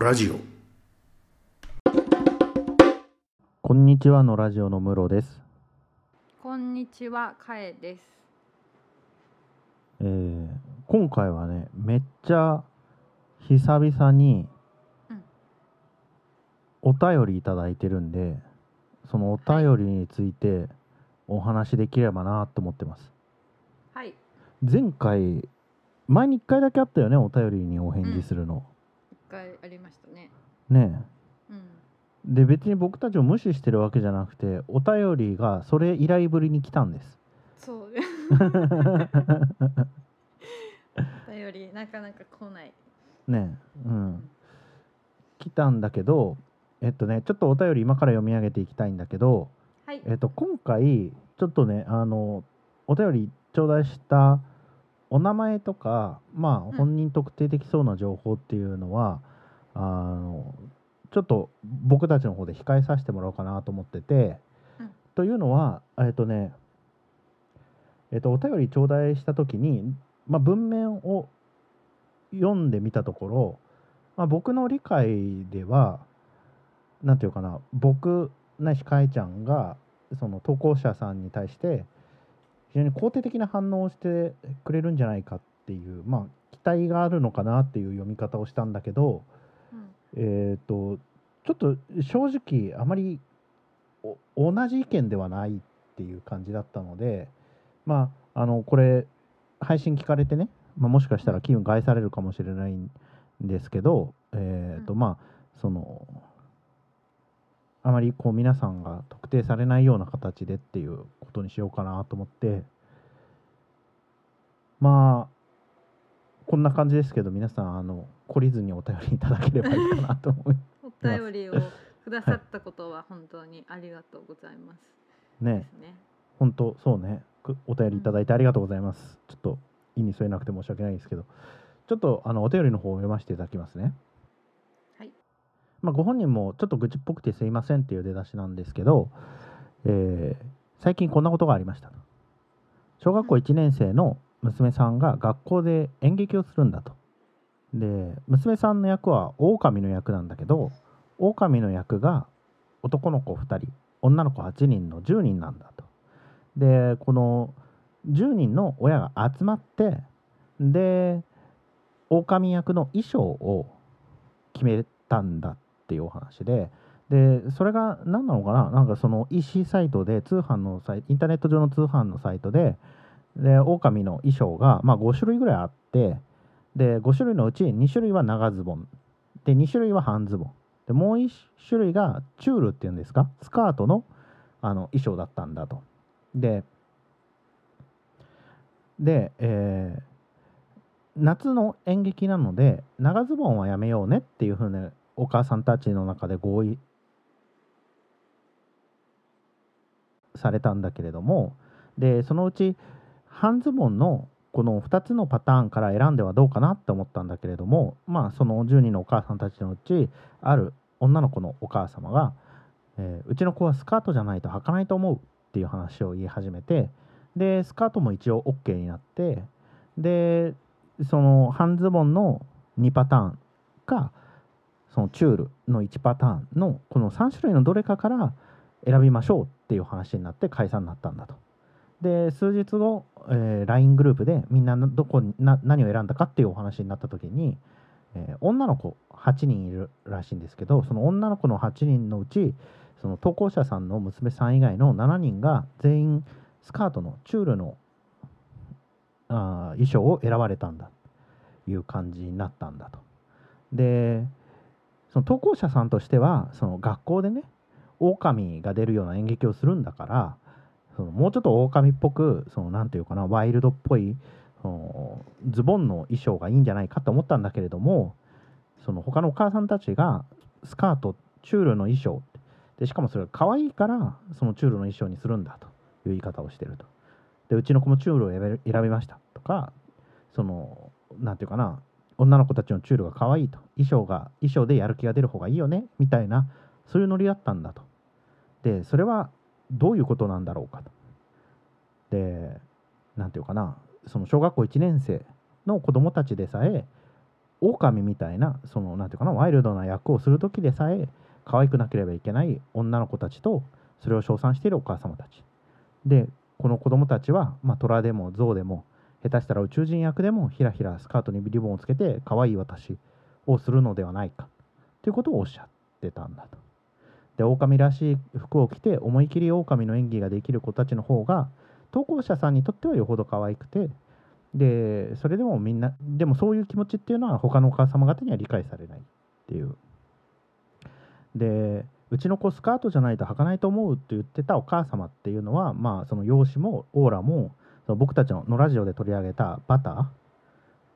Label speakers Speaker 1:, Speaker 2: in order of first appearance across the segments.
Speaker 1: ラジオ
Speaker 2: こんにちはのラジオのムロです、
Speaker 3: こんにちは、かえです。
Speaker 2: えー今回はねめっちゃ久々に
Speaker 3: うん
Speaker 2: お便りいただいてるんでそのお便りについてお話できればなと思ってます
Speaker 3: はい、
Speaker 2: 前回前に1回だけあったよねお便りにお返事するの、
Speaker 3: 一回ありましたね。
Speaker 2: ねえ
Speaker 3: うん、
Speaker 2: で別に僕たちを無視してるわけじゃなくてお便りがそれ以来ぶりに来たんです
Speaker 3: そう、 お便りなかなか来ない。
Speaker 2: ねえうん来たんだけどえっとねちょっとお便り今から読み上げていきたいんだけど
Speaker 3: はい、
Speaker 2: えっと今回ちょっとねあのお便り頂戴したお名前とかま
Speaker 3: ん
Speaker 2: あ本人特定できそうな情報っていうのは、あのちょっと僕たちの方で控えさせてもらおうかなと思ってて、
Speaker 3: うん
Speaker 2: というのはえっとねえっとお便り頂戴した時に、まあ、文面を読んでみたところ、まあ、僕の理解ではなんていうかな僕ないしかえちゃんがその投稿者さんに対して非常に肯定的な反応をしてくれるんじゃないかっていうまあ期待があるのかなっていう読み方をしたんだけど
Speaker 3: うん、
Speaker 2: えっ、とちょっと正直あまりお同じ意見ではないっていう感じだったのでまああのこれ配信聞かれてね、まあ、もしかしたら気分害されるかもしれないんですけど、えっと
Speaker 3: う
Speaker 2: まあそのあまりこう皆さんが特定されないような形でっていうことにしようかなと思ってまあこんな感じですけど皆さんあの懲りずにお便りいただければいいかなと思い
Speaker 3: お便りをくださったことは本当にありがとうございます。で
Speaker 2: ね
Speaker 3: すね。
Speaker 2: 本当そうねくお便りいただいてありがとうございますちょっと意に添えなくて申し訳ないですけどちょっとあのお便りの方を読ませていただきますね
Speaker 3: はい
Speaker 2: まあご本人もちょっと愚痴っぽくてすいませんっていう出だしなんですけど、えー最近こんなことがありました小学校1年生の娘さんが学校で演劇をするんだとで娘さんの役は狼の役なんだけど狼の役が男の子2人女の子8人の10人なんだとでこの10人の親が集まってで狼役の衣装を決めたんだっていうお話ででそれが何なのかななんかその EC サイトで通販のサイインターネット上の通販のサイトでで狼の衣装が、まあ、5種類ぐらいあってで5種類のうち2種類は長ズボンで2種類は半ズボンでもう1種類がチュールっていうんですかスカートのあの衣装だったんだと。でで、えー夏の演劇なので長ズボンはやめようねっていうふうにお母さんたちの中で合意されたんだけれどもでそのうち半ズボンのこの2つのパターンから選んではどうかなって思ったんだけれどもまあその10人のお母さんたちのうちある女の子のお母様が、えーうちの子はスカートじゃないと履かないと思うっていう話を言い始めてでスカートも一応 OK になってでその半ズボンの2パターンかそのチュールの1パターンのこの3種類のどれかから選びましょうっていう話になって解散になったんだと。で数日後、えー LINE グループでみんなどこにな何を選んだかっていうお話になった時に、えー女の子8人いるらしいんですけどその女の子の8人のうちその投稿者さんの娘さん以外の7人が全員スカートのチュールのあー衣装を選ばれたんだという感じになったんだと。でその投稿者さんとしてはその学校でね狼が出るような演劇をするんだからそのもうちょっと狼っぽくそのなんていうかなワイルドっぽいそのズボンの衣装がいいんじゃないかと思ったんだけれどもその他のお母さんたちがスカートチュールの衣装でしかもそれが可愛いからそのチュールの衣装にするんだという言い方をしてるとでうちの子もチュールを選べ選びましたとかそのなんていうかな女の子たちのチュールが可愛いと衣装が衣装でやる気が出る方がいいよねみたいなそういうノリだったんだとでそれはどういうことなんだろうかとでなんていうかなその小学校1年生の子供たちでさえ狼みたいなそのなんていうかなワイルドな役をする時でさえ可愛くなければいけない女の子たちとそれを称賛しているお母様たちでこの子供たちは、まあ、虎でも象でも下手したら宇宙人役でもひらひらスカートにリボンをつけて可愛い私をするのではないかということをおっしゃってたんだと。で狼らしい服を着て思い切り狼の演技ができる子たちの方が投稿者さんにとってはよほど可愛くてでそれでもみんなでもそういう気持ちっていうのは他のお母様方には理解されないっていうでうちの子スカートじゃないと履かないと思うって言ってたお母様っていうのはまあその容姿もオーラもその僕たちののラジオで取り上げたバタ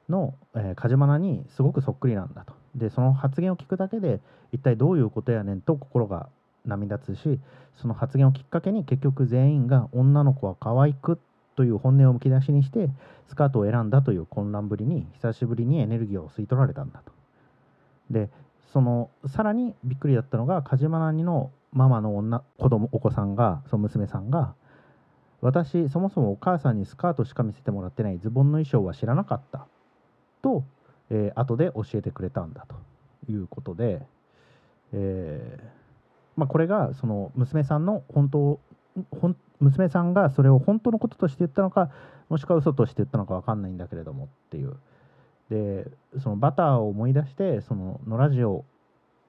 Speaker 2: ーの、えー、カジマナにすごくそっくりなんだとでその発言を聞くだけで一体どういうことやねんと心が波立つしその発言をきっかけに結局全員が女の子は可愛くという本音をむき出しにしてスカートを選んだという混乱ぶりに久しぶりにエネルギーを吸い取られたんだと。でそのさらにびっくりだったのが梶間にのママの女子供お子さんがその娘さんが「私そもそもお母さんにスカートしか見せてもらってないズボンの衣装は知らなかった」と、えー後で教えてくれたんだということで、えーまあ、これがその娘さんの本当ほん娘さんがそれを本当のこととして言ったのかもしくは嘘として言ったのか分かんないんだけれどもっていうでそのバターを思い出してそののラジオ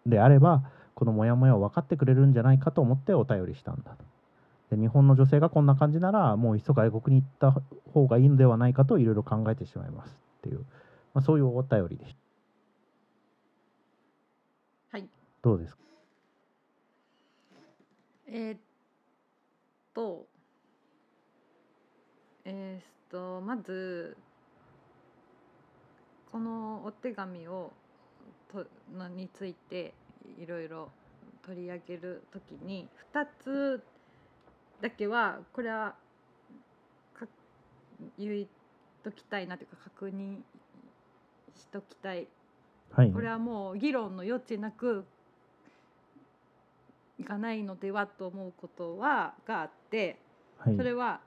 Speaker 2: であればこのモヤモヤを分かってくれるんじゃないかと思ってお便りしたんだとで日本の女性がこんな感じならもういっそ外国に行った方がいいのではないかといろいろ考えてしまいますっていう、まあ、そういうお便りでした
Speaker 3: はい
Speaker 2: どうですか
Speaker 3: えーっとえー、っとまずこのお手紙をとのについていろいろ取り上げるときに2つだけはこれはか言いときたいなというか確認しときたい
Speaker 2: はい
Speaker 3: これはもう議論の余地なくいかないのではと思うことはがあって
Speaker 2: はい
Speaker 3: それは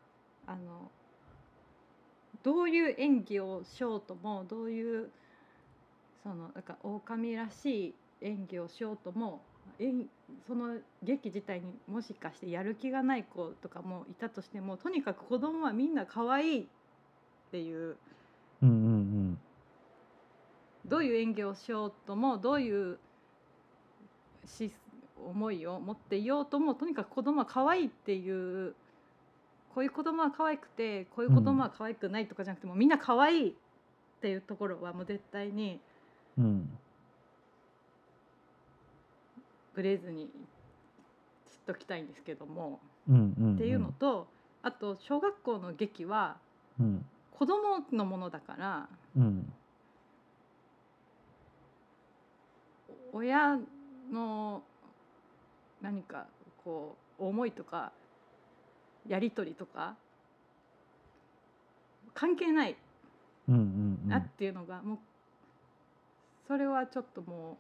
Speaker 3: あのどういう演技をしようともどういうそのなんか狼らしい演技をしようとも演その劇自体にもしかしてやる気がない子とかもいたとしてもとにかく子供はみんな可愛いっていう
Speaker 2: うんうん
Speaker 3: どういう演技をしようともどういうし思いを持っていようともとにかく子供は可愛いっていうこういう子供は可愛くてこういう子供は可愛くないとかじゃなくて、もうみんな可愛いっていうところはもう絶対に
Speaker 2: うんうん
Speaker 3: ブレずに知っときたいんですけども、
Speaker 2: うんうんん
Speaker 3: っていうのとあと小学校の劇は
Speaker 2: うん
Speaker 3: 子供のものだから
Speaker 2: うん
Speaker 3: 親の何かこう思いとかやり取りとか関係ない
Speaker 2: うんうんうん
Speaker 3: なっていうのが、もうそれはちょっとも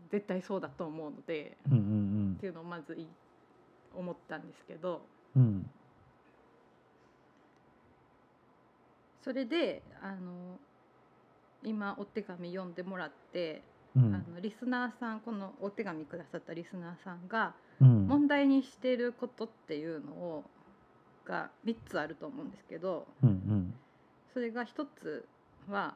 Speaker 3: う絶対そうだと思うので
Speaker 2: うんうん
Speaker 3: っていうのをまずい思ったんですけど
Speaker 2: うんうん
Speaker 3: それであの今お手紙読んでもらって、
Speaker 2: う
Speaker 3: あ
Speaker 2: ん
Speaker 3: のリスナーさんこのお手紙くださったリスナーさんが
Speaker 2: うん
Speaker 3: 問題にしていることっていうのをが3つあると思うんですけど
Speaker 2: うん
Speaker 3: それが1つは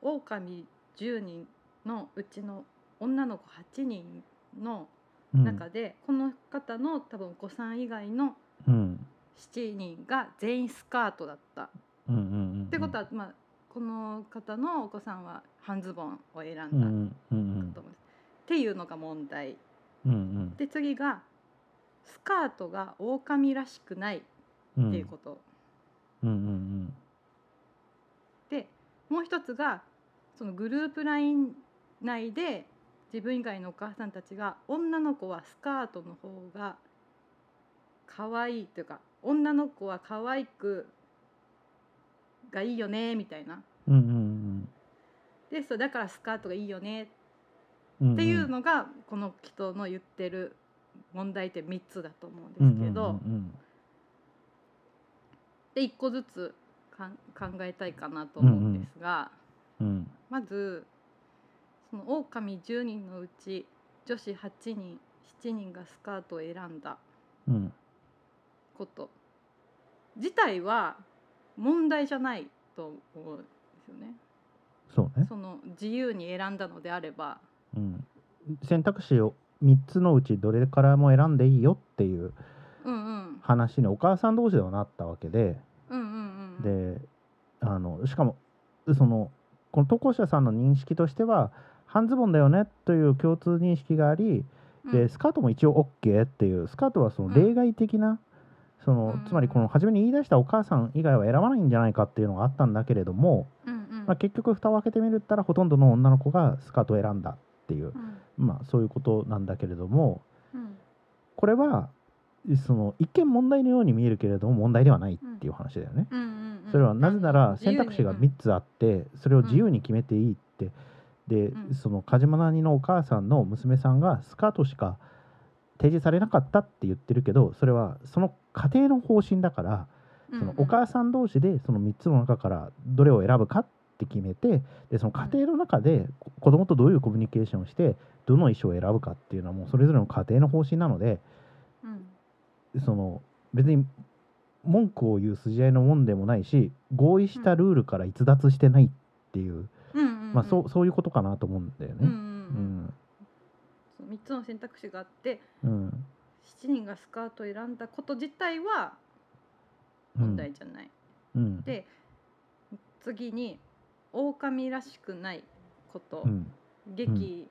Speaker 3: 狼10人のうちの女の子8人の
Speaker 2: うん
Speaker 3: 中で、この方の多分お子さん以外の
Speaker 2: うん
Speaker 3: 7人が全員スカートだった。
Speaker 2: うんうんうんうん
Speaker 3: ってことは、まあ、この方のお子さんは半ズボンを選んだ
Speaker 2: うんうんうん
Speaker 3: と思うんです。っていうのが問題
Speaker 2: うん
Speaker 3: で次がスカートが狼らしくないっ
Speaker 2: うん
Speaker 3: ていうこと。
Speaker 2: うんうん
Speaker 3: でもう一つがそのグループライン内で自分以外のお母さんたちが女の子はスカートの方が可愛いというか女の子は可愛くがいいよねみたいな
Speaker 2: うんうんうん
Speaker 3: でそうだからスカートがいいよね
Speaker 2: うん
Speaker 3: っていうのがこの人の言ってる問題点3つだと思
Speaker 2: う
Speaker 3: うんんですけど、
Speaker 2: うん
Speaker 3: で1個ずつかん考えたいかなと思うんですが、
Speaker 2: うん
Speaker 3: まずその狼10人のうち女子8人7人がスカートを選んだ
Speaker 2: うん
Speaker 3: こと自体は問題じゃないと思うんですよね。
Speaker 2: そうね
Speaker 3: その自由に選んだのであれば
Speaker 2: うん、選択肢を3つのうちどれからも選んでいいよっていう
Speaker 3: うんうん
Speaker 2: 話にお母さん同士ではなったわけで
Speaker 3: うんうんうん
Speaker 2: であのしかもそのこの投稿者さんの認識としては半ズボンだよねという共通認識があり
Speaker 3: うん
Speaker 2: でスカートも一応 OK っていうスカートはその例外的なその
Speaker 3: うん
Speaker 2: つまりこの初めに言い出したお母さん以外は選ばないんじゃないかっていうのがあったんだけれども、
Speaker 3: うんうん
Speaker 2: まあ、結局蓋を開けてみるったらほとんどの女の子がスカートを選んだっていう
Speaker 3: うん
Speaker 2: まあそういうことなんだけれども
Speaker 3: うん
Speaker 2: これはその一見問題のように見えるけれども問題ではないっていう話だよね。
Speaker 3: うんうんうん
Speaker 2: それはなぜなら
Speaker 3: 自由
Speaker 2: 選
Speaker 3: に
Speaker 2: 択肢が
Speaker 3: うん
Speaker 2: 3つあってそれを自由に決めていいってで
Speaker 3: うん
Speaker 2: その梶間奈のお母さんの娘さんがスカートしか提示されなかったって言ってるけどそれはその家庭の方針だから
Speaker 3: うん
Speaker 2: そのお母さん同士でその3つの中からどれを選ぶかって決めてでその家庭の中でこ子供とどういうコミュニケーションをしてどの衣装を選ぶかっていうのはもうそれぞれの家庭の方針なので
Speaker 3: うん
Speaker 2: その別に文句を言う筋合いのもんでもないし合意したルールから逸脱してないっていう、
Speaker 3: うんうんうん
Speaker 2: まあ、そうそういうことかなと思うんだよ
Speaker 3: うんうん
Speaker 2: ね。う
Speaker 3: うん
Speaker 2: ん
Speaker 3: そう3つの選択肢があって
Speaker 2: うん
Speaker 3: 7人がスカートを選んだこと自体は
Speaker 2: うん
Speaker 3: 問題じゃない、
Speaker 2: うん
Speaker 3: で次に狼らしくないこと、
Speaker 2: うん
Speaker 3: 劇、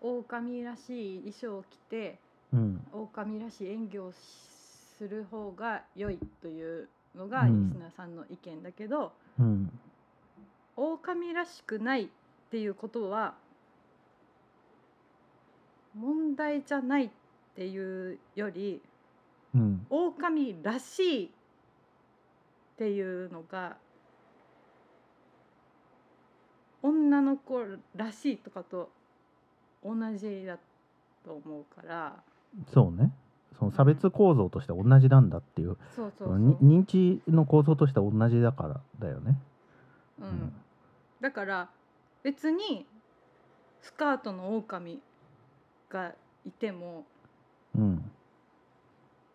Speaker 3: 狼らしい衣装を着て
Speaker 2: うん
Speaker 3: 狼らしい演技をする方が良いというのが
Speaker 2: う
Speaker 3: リ
Speaker 2: ん
Speaker 3: スナーさんの意見だけど、
Speaker 2: うん
Speaker 3: 狼らしくないっていうことは問題じゃないっていうより
Speaker 2: うん
Speaker 3: 狼らしいっていうのが女の子らしいとかと同じだと思うから
Speaker 2: そうねその差別構造として同じなんだっていう
Speaker 3: そう
Speaker 2: そ
Speaker 3: そうそう、
Speaker 2: の
Speaker 3: う
Speaker 2: に
Speaker 3: ん
Speaker 2: 認知の構造としては同じだからだよね。うん
Speaker 3: だから別にスカートの狼がいても
Speaker 2: うん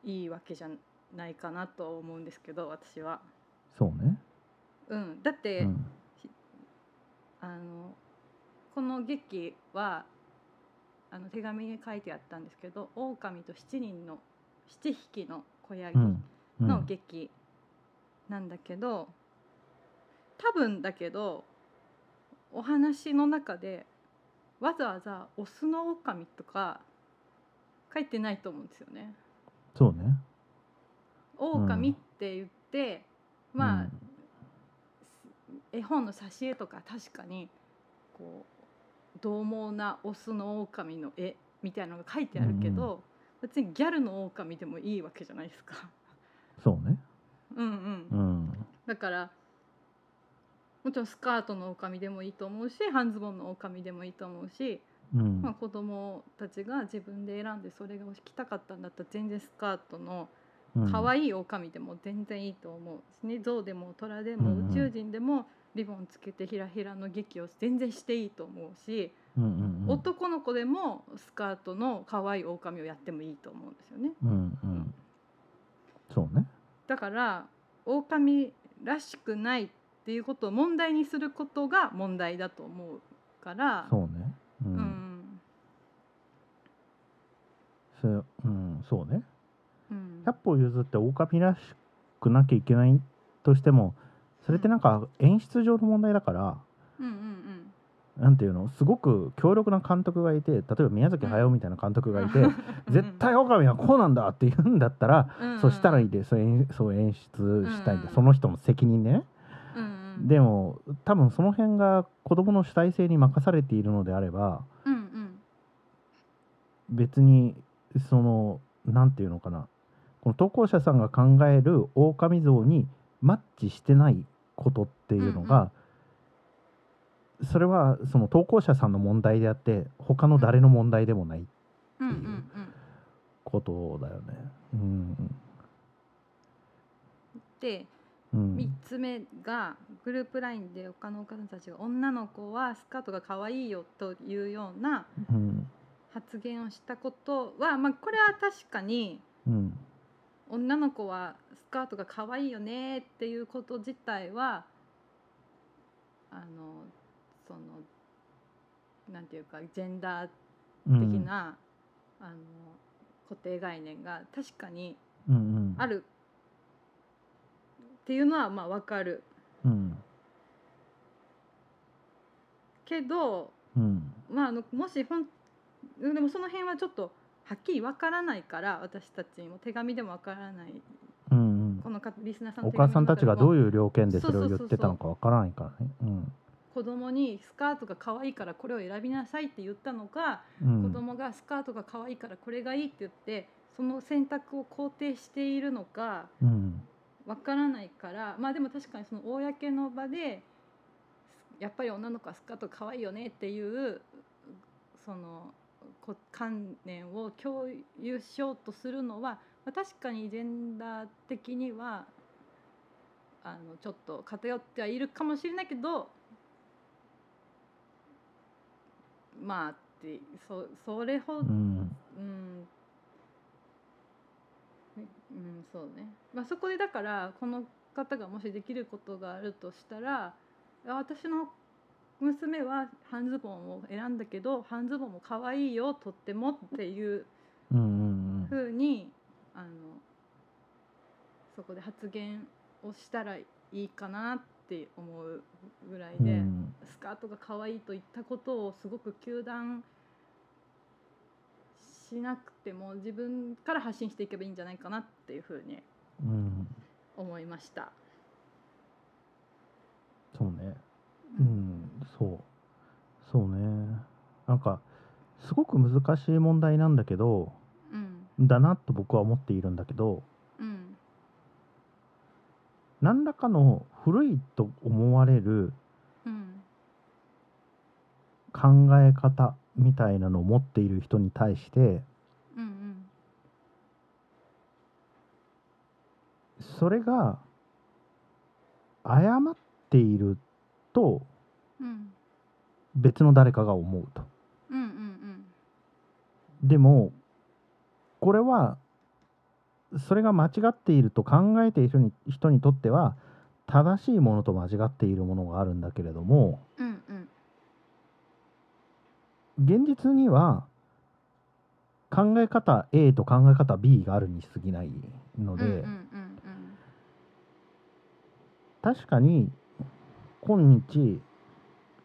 Speaker 3: いいわけじゃないかなと思うんですけど私は。
Speaker 2: そうね。
Speaker 3: うん、だって、
Speaker 2: うん
Speaker 3: あのこの劇はあの手紙に書いてあったんですけど「狼と7人の7匹の子ヤギ
Speaker 2: うんうん
Speaker 3: の劇なんだけど、多分だけどお話の中でわざわざ「オスの狼とか書いてないと思うんですよね。
Speaker 2: そうね。
Speaker 3: 狼って言って、まあ、
Speaker 2: うん
Speaker 3: 絵本の挿絵とか確かにこう獰猛なオスの狼の絵みたいなのが書いてあるけど、別にギャルの狼でもいいわけじゃないですか。
Speaker 2: そうね。
Speaker 3: うんうん
Speaker 2: うん
Speaker 3: だからもちろんスカートの狼でもいいと思うし半ズボンの狼でもいいと思うし、
Speaker 2: うん
Speaker 3: まあ、子供たちが自分で選んでそれが着たかったんだったら全然スカートの
Speaker 2: うん
Speaker 3: 可愛い狼でも全然いいと思うしね象でも虎で
Speaker 2: うんうん
Speaker 3: も宇宙人でもリボンつけてひらひらの劇を全然していいと思うし、
Speaker 2: うんうんうん
Speaker 3: 男の子でもスカートの可愛い狼をやってもいいと思うんですよね
Speaker 2: うんうんそうね。
Speaker 3: だから狼らしくないっていうことを問題にすることが問題だと思うから
Speaker 2: そうね。う。
Speaker 3: うんん
Speaker 2: それうん、そうね。
Speaker 3: うん
Speaker 2: 百歩譲って狼らしくなきゃいけないとしても、それってなんか演出上の問題だから、
Speaker 3: うんうん
Speaker 2: なんていうの、すごく強力な監督がいて、例えば宮崎駿みたいな監督がいて、絶対狼はこうなんだって言うんだったら、
Speaker 3: うんうん
Speaker 2: そうしたらいいで、そう演そう演出したいん
Speaker 3: うん
Speaker 2: で、
Speaker 3: うん
Speaker 2: その人の責任でね。
Speaker 3: うんうん
Speaker 2: でも多分その辺が子供の主体性に任されているのであれば
Speaker 3: うんうん
Speaker 2: 別にそのなんていうのかなこの投稿者さんが考える狼像にマッチしてないことっていうのが、それはその投稿者さんの問題であって他の誰の問題でもない
Speaker 3: うんうんうん
Speaker 2: ことだよね。うん
Speaker 3: で
Speaker 2: うん
Speaker 3: 3つ目がグループ LINE で他のお母さんたちが女の子はスカートが可愛いよというような
Speaker 2: うん
Speaker 3: 発言をしたことは、まあ、これは確かに
Speaker 2: うん
Speaker 3: 女の子はスカートが可愛いよねっていうこと自体はあのそのなんていうかジェンダー
Speaker 2: うん
Speaker 3: 的な、あの固定概念が確かに
Speaker 2: うんうん
Speaker 3: あるっていうのはまあわかる
Speaker 2: うん
Speaker 3: けど、
Speaker 2: うん
Speaker 3: まあ、あのもしほんでもその辺はちょっとはっきりわからないから私たちにも手紙でもわからない
Speaker 2: うん
Speaker 3: このかリスナーさん
Speaker 2: お母さんたちがどう
Speaker 3: いう
Speaker 2: いう条件でそれ
Speaker 3: そ
Speaker 2: を
Speaker 3: うそ
Speaker 2: 言
Speaker 3: う
Speaker 2: っ
Speaker 3: そうそう
Speaker 2: てたのかわからないからね。うん
Speaker 3: 子供にスカートが可愛いからこれを選びなさいって言ったのか、
Speaker 2: うん
Speaker 3: 子供がスカートが可愛いからこれがいいって言ってその選択を肯定しているのか
Speaker 2: うん
Speaker 3: わからないからまあでも確かにその公の場でやっぱり女の子はスカート可愛いよねっていうそのこ観念を共有しようとするのは、まあ、確かにジェンダー的にはあのちょっと偏ってはいるかもしれないけどまあってそそれほ
Speaker 2: うん
Speaker 3: どうん、ねうん、そうね、まあ、そこでだからこの方がもしできることがあるとしたらあ私の娘は半ズボンを選んだけど半ズボンも可愛いよとってもっていう
Speaker 2: うんうん
Speaker 3: ふうにあのそこで発言をしたらいいかなって思うぐらい
Speaker 2: うんう
Speaker 3: で。
Speaker 2: ん
Speaker 3: スカートが可愛いと言ったことをすごく糾弾しなくても自分から発信していけばいいんじゃないかなっていうふうに
Speaker 2: うん
Speaker 3: 思いました。
Speaker 2: そうね。うんそうそうね。なんかすごく難しい問題なんだけど
Speaker 3: うん
Speaker 2: だなと僕は思っているんだけど
Speaker 3: うん
Speaker 2: 何らかの古いと思われる
Speaker 3: うん
Speaker 2: 考え方みたいなのを持っている人に対して
Speaker 3: うんうん
Speaker 2: それが誤っていると
Speaker 3: うん
Speaker 2: 別の誰かが思うと。
Speaker 3: うんうん
Speaker 2: でもこれはそれが間違っていると考えている人に人にとっては正しいものと間違っているものがあるんだけれども
Speaker 3: うんうん
Speaker 2: 現実には考え方 A と考え方 B があるに過ぎないの
Speaker 3: うんうん
Speaker 2: で、
Speaker 3: うんうん
Speaker 2: 確かに今日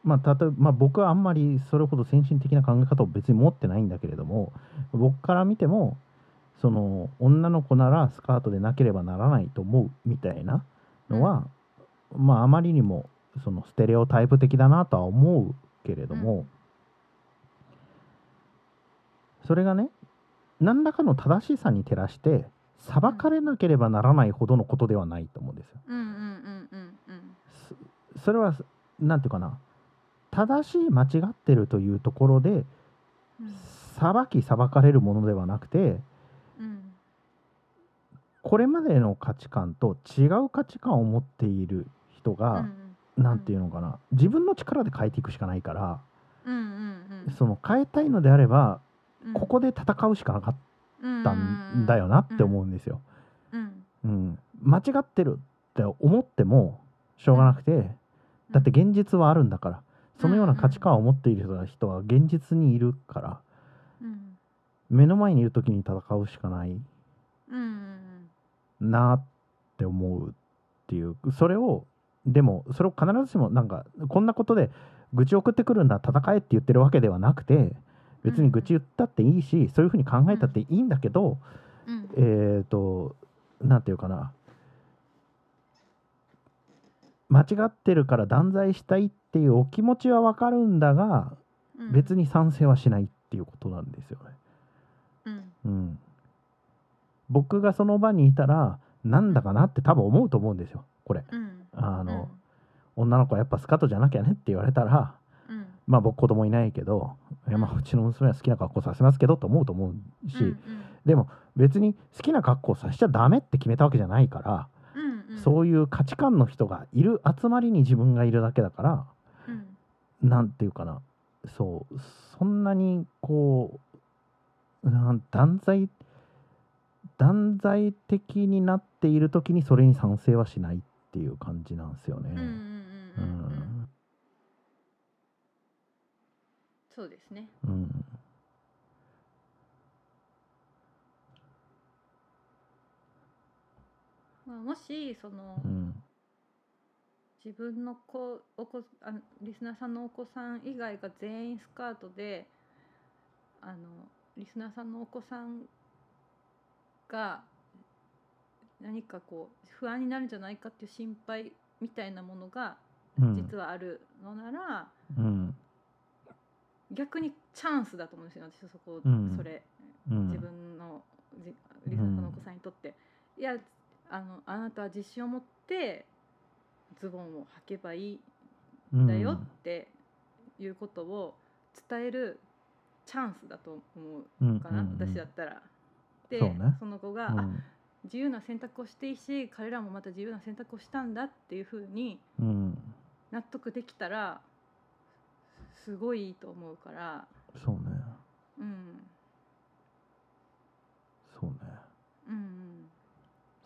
Speaker 2: まあ、例えばまあ僕はあんまりそれほど先進的な考え方を別に持ってないんだけれども僕から見てもその女の子ならスカートでなければならないと思うみたいなのは、まああまりにもそのステレオタイプ的だなとは思うけれども、それがね何らかの正しさに照らして裁かれなければならないほどのことではないと思うんですよ。
Speaker 3: うんうんうんうん
Speaker 2: そそれはなんていうかな正しい間違ってるというところで
Speaker 3: うん
Speaker 2: 裁き裁かれるものではなくて
Speaker 3: うん
Speaker 2: これまでの価値観と違う価値観を持っている人がなんていうのかな自分の力で変えていくしかないから
Speaker 3: うんうん
Speaker 2: その変えたいのであれば
Speaker 3: うん
Speaker 2: ここで戦うしかなかっ
Speaker 3: うん
Speaker 2: たんだよなって思うんですよ。
Speaker 3: うん
Speaker 2: うん、間違ってるって思ってもしょうがなくてだって現実はあるんだからそのような価値観を持っている人が人は現実にいるから
Speaker 3: うん
Speaker 2: 目の前にいる時に戦うしかない
Speaker 3: うんうん
Speaker 2: なって思うっていうそれをでもそれを必ずしもなんかこんなことで愚痴送ってくるんだ戦えって言ってるわけではなくて別に愚痴言ったっていいしそういうふうに考えたっていいんだけど、
Speaker 3: うん
Speaker 2: えー、となんていうかな間違ってるから断罪したいっていうお気持ちはわかるんだが
Speaker 3: うん
Speaker 2: 別に賛成はしないっていうことなんですよね。
Speaker 3: うん
Speaker 2: うん、僕がその場にいたらなんだかなって多分思うと思うんですよこれ。
Speaker 3: うん
Speaker 2: あの、女の子はやっぱスカートじゃなきゃねって言われたら
Speaker 3: うん
Speaker 2: まあ僕子供いないけどいやまあうちの娘は好きな格好させますけどと思うと思うし、
Speaker 3: うんうん
Speaker 2: でも別に好きな格好させちゃダメって決めたわけじゃないから
Speaker 3: うん
Speaker 2: そう
Speaker 3: い
Speaker 2: いう価値観の人がいる集まりに自分がいるだけだから
Speaker 3: うん、うん
Speaker 2: なんていうかなそうそんなにこううん断罪断罪的になっている時にそれに賛成はしないっていう感じなんですよね。
Speaker 3: うんうんうんうんうんそうですね
Speaker 2: うんうん
Speaker 3: まあもしその、
Speaker 2: うん
Speaker 3: 自分の子お子あリスナーさんのお子さん以外が全員スカートであのリスナーさんのお子さんが何かこう不安になるんじゃないかっていう心配みたいなものが
Speaker 2: うん
Speaker 3: 実はあるのなら、
Speaker 2: うん
Speaker 3: 逆にチャンスだと思うんですよ私そこ、
Speaker 2: うん
Speaker 3: それ
Speaker 2: うん
Speaker 3: 自分のじリスナーさんのお子さんにとって、いやあのあなたは自信を持ってズボンを履けばいいだよっていうことを伝えるチャンスだと思うかな、
Speaker 2: うんうんうん
Speaker 3: 私だったら。で
Speaker 2: そ
Speaker 3: そ,、
Speaker 2: うね
Speaker 3: の子
Speaker 2: う
Speaker 3: が、あ
Speaker 2: ん
Speaker 3: 自由な選択をしていいし彼らもまた自由な選択をしたんだっていうふうに
Speaker 2: うん
Speaker 3: 納得できたらすごいいいと思うから、
Speaker 2: そうね
Speaker 3: うん、
Speaker 2: そうね
Speaker 3: うんうん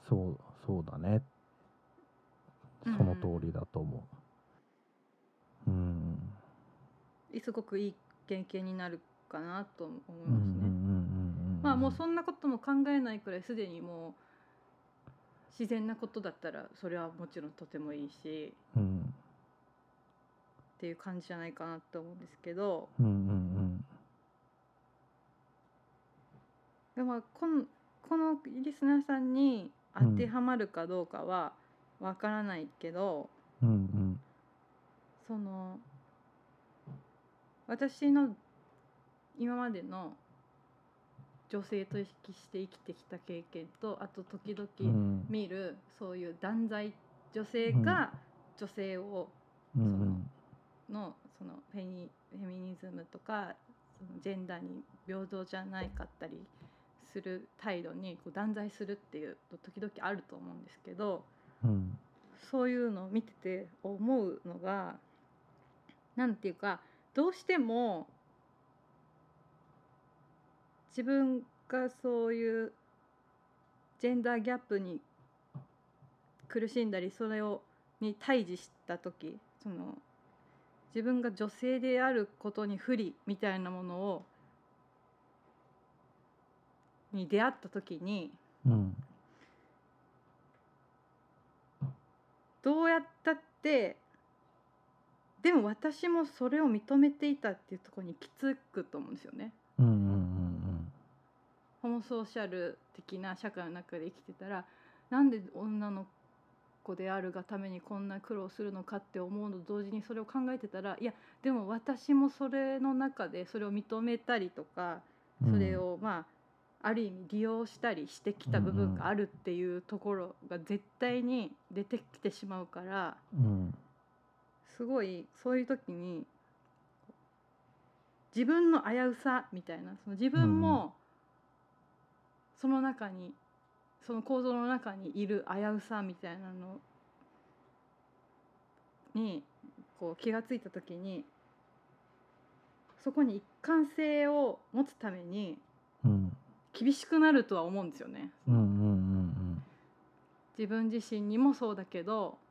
Speaker 2: そうそうだねそ
Speaker 3: うん
Speaker 2: の通りだと思ううん
Speaker 3: すごくいい経験になるかなと思い
Speaker 2: うんうん
Speaker 3: ますね。
Speaker 2: うんうん
Speaker 3: まあもうそんなことも考えないくらいすでにもう自然なことだったらそれはもちろんとてもいいし
Speaker 2: うん
Speaker 3: っていう感じじゃないかなと思うんですけど
Speaker 2: うんうん
Speaker 3: でもこのこのリスナーさんに当てはまるかどうかはわからないけど、
Speaker 2: うんうん
Speaker 3: その私の今までの女性と意識して生きてきた経験とあと時々、
Speaker 2: うんうん
Speaker 3: 見るそういう断罪女性が女性を
Speaker 2: うんう
Speaker 3: そ
Speaker 2: ん
Speaker 3: のそのフェニフェミニズムとかそのジェンダーに平等じゃないかったりする態度にこう断罪するっていうと時々あると思うんですけど
Speaker 2: うん
Speaker 3: そういうのを見てて思うのがなんていうかどうしても自分がそういうジェンダーギャップに苦しんだりそれをに対峙した時その自分が女性であることに不利みたいなものをに出会った時に
Speaker 2: うん
Speaker 3: どうやったってでも私もそれを認めていたっていうところにきつくと思うんですよね。
Speaker 2: うんうんうん
Speaker 3: ホモソーシャル的な社会の中で生きてたらなんで女の子であるがためにこんな苦労するのかって思うのと同時にそれを考えてたらいやでも私もそれの中でそれを認めたりとか
Speaker 2: うん
Speaker 3: それをまあある意味利用したりしてきた部分があるっていうところが絶対に出てきてしまうから。
Speaker 2: うん
Speaker 3: すごいそういう時に自分の危うさみたいなその自分
Speaker 2: うん
Speaker 3: もその中にその構造の中にいる危うさみたいなのにこう気がついた時にそこに一貫性を持つために
Speaker 2: うん
Speaker 3: 厳しくなるとは思うんですよね。
Speaker 2: うんうんうん
Speaker 3: 自分自身にもそうだけど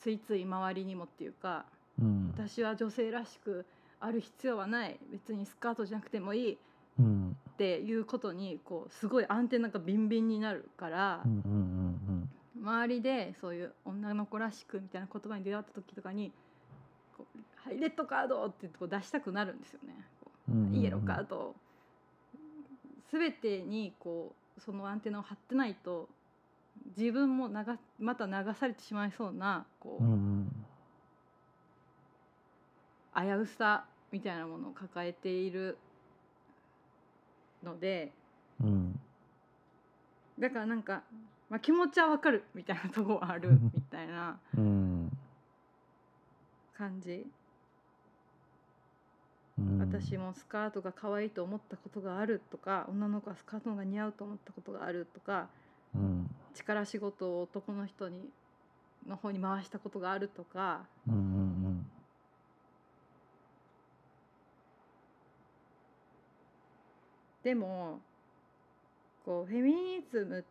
Speaker 3: ついつい周りにもっていうか
Speaker 2: うん
Speaker 3: 私は女性らしくある必要はない別にスカートじゃなくてもいいっ
Speaker 2: うんうん
Speaker 3: ていうことにこうすごいアンテナがビンビンになるから
Speaker 2: うんう、んうん
Speaker 3: 周りでそういう女の子らしくみたいな言葉に出会った時とかに「こうハイレッドカード!」ってこう出したくなるんですよね。こ
Speaker 2: うんう
Speaker 3: うんイエローカード全てにこうそのアンテナを張ってないと自分も流また流されてしまいそうなこう、
Speaker 2: うんうん
Speaker 3: 危うさみたいなものを抱えているので
Speaker 2: うん
Speaker 3: だからなんか、まあ、気持ちはわかるみたいなとこはあるみたいな
Speaker 2: うん
Speaker 3: 感じ
Speaker 2: うん
Speaker 3: 私もスカートが可愛いと思ったことがあるとか女の子はスカートの方が似合うと思ったことがあるとか
Speaker 2: うん
Speaker 3: 力仕事を男の人にの方に回したことがあるとか
Speaker 2: うんうん
Speaker 3: でもこうフェミニズムっ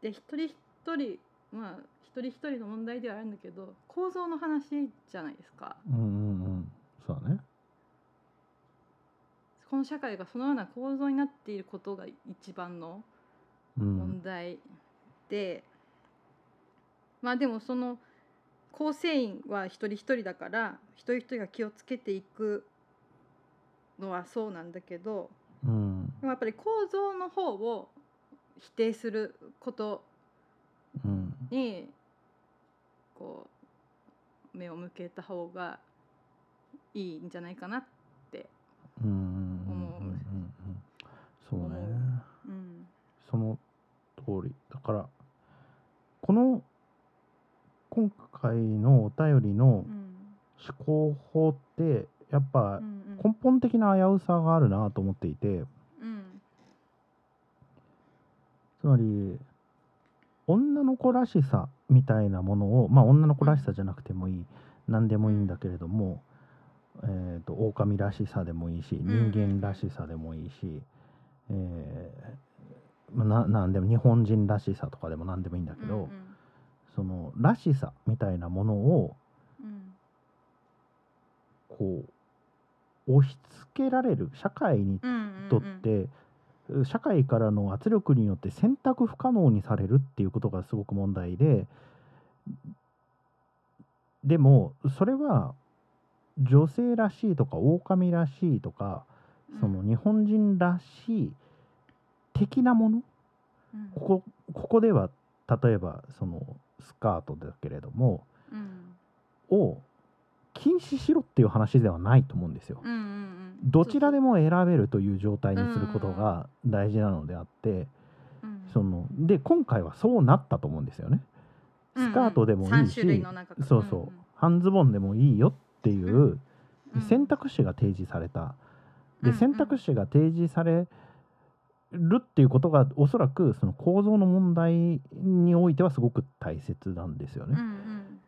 Speaker 3: て一人一人まあ一人一人の問題ではあるんだけど構造の話じゃないですか。
Speaker 2: うんうんうんうんそうだね
Speaker 3: この社会がそのような構造になっていることが一番の
Speaker 2: うん
Speaker 3: 問題で、まあでもその構成員は一人一人だから一人一人が気をつけていくのはそうなんだけど
Speaker 2: うん
Speaker 3: でもやっぱり構造の方を否定すること
Speaker 2: うん
Speaker 3: にこう目を向けた方がいいんじゃないかなって。
Speaker 2: うんうんうんうんうんそうね
Speaker 3: 思うん
Speaker 2: その通りだからこの今回のお便りの
Speaker 3: うん
Speaker 2: 思考法ってやっぱ
Speaker 3: うん
Speaker 2: 根本的な危うさがあるなと思っていて
Speaker 3: うん
Speaker 2: つまり女の子らしさみたいなものをまあ女の子らしさじゃなくてもいい何でもいいんだけれども、えー、と狼らしさでもいいし人
Speaker 3: ん
Speaker 2: 間らしさでもいいし、えーまあ、ななんでも日本人らしさとかでも何でもいいんだけど、
Speaker 3: うん
Speaker 2: そのらしさみたいなものを
Speaker 3: うん
Speaker 2: こう押し付けられる社会に
Speaker 3: うん
Speaker 2: とって、社会からの圧力によって選択不可能にされるっていうことがすごく問題ででもそれは女性らしいとか狼らしいとかその日本人らしい的なもの
Speaker 3: うん
Speaker 2: ここここでは例えばそのスカートだけれども
Speaker 3: うん
Speaker 2: を禁止しろっていう話ではないと思うんですよ。
Speaker 3: うんうんうん
Speaker 2: どちらでも選べるという状態にすることが大事なのであって、
Speaker 3: うん
Speaker 2: そので今回はそうなったと思うんですよね。スカートでもいいし、
Speaker 3: うんうん三種類の中から
Speaker 2: そうそう、半ズボンでもいいよっていうう選択肢が提示された。
Speaker 3: うんう
Speaker 2: で
Speaker 3: ん
Speaker 2: 選択肢が提示されるっていうことがおそらくその構造の問題においてはすごく大切なんですよね。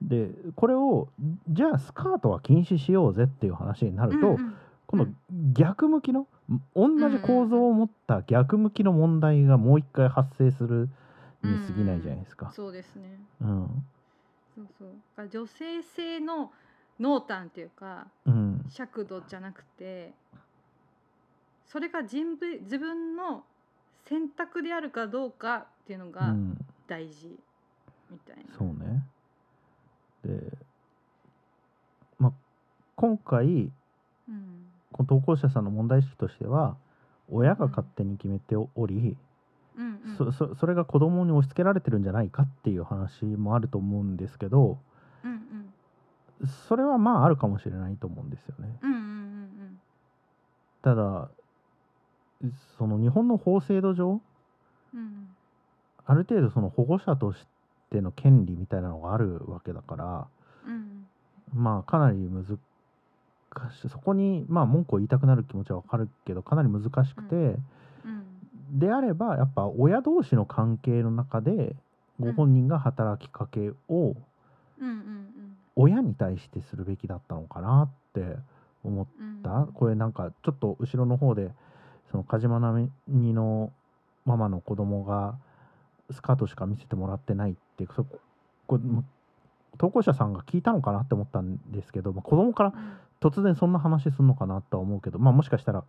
Speaker 2: でこれをじゃあスカートは禁止しようぜっていう話になると、この逆向きの同じ構造を持った逆向きの問題がもう一回発生するに過ぎないじゃないですか。
Speaker 3: そうですね
Speaker 2: うん
Speaker 3: そうそうだから女性性の濃淡っていうか
Speaker 2: うん
Speaker 3: 尺度じゃなくてそれが人ぶ自分の選択であるかどうかっていうの
Speaker 2: う
Speaker 3: が
Speaker 2: ん、
Speaker 3: 大事みたいな、
Speaker 2: そうね。で、まあ、今回
Speaker 3: うん
Speaker 2: この投稿者さんの問題意識としては親が勝手に決めており、
Speaker 3: うんうん
Speaker 2: そそそれが子供に押し付けられてるんじゃないかっていう話もあると思うんですけど
Speaker 3: うんうん
Speaker 2: それはまああるかもしれないと思うんですよね。
Speaker 3: うんうんうん
Speaker 2: ただその日本の法制度上
Speaker 3: うんうん
Speaker 2: ある程度その保護者としての権利みたいなのがあるわけだから
Speaker 3: うん
Speaker 2: まあかなり難しいそこにまあ文句を言いたくなる気持ちはわかるけどかなり難しくて、
Speaker 3: うん
Speaker 2: であればやっぱ親同士の関係の中でご本人が働きかけを
Speaker 3: うんうん
Speaker 2: 親に対してするべきだったのかなって思っ
Speaker 3: うん
Speaker 2: たこれなんかちょっと後ろの方でその梶間奈美のママの子供がスカートしか見せてもらってないってそここれも投稿者さんが聞いたのかなって思ったんですけど、まあ、子供から
Speaker 3: うん
Speaker 2: 突然そんな話すんのかなとは思うけど、まあ、もしかしたら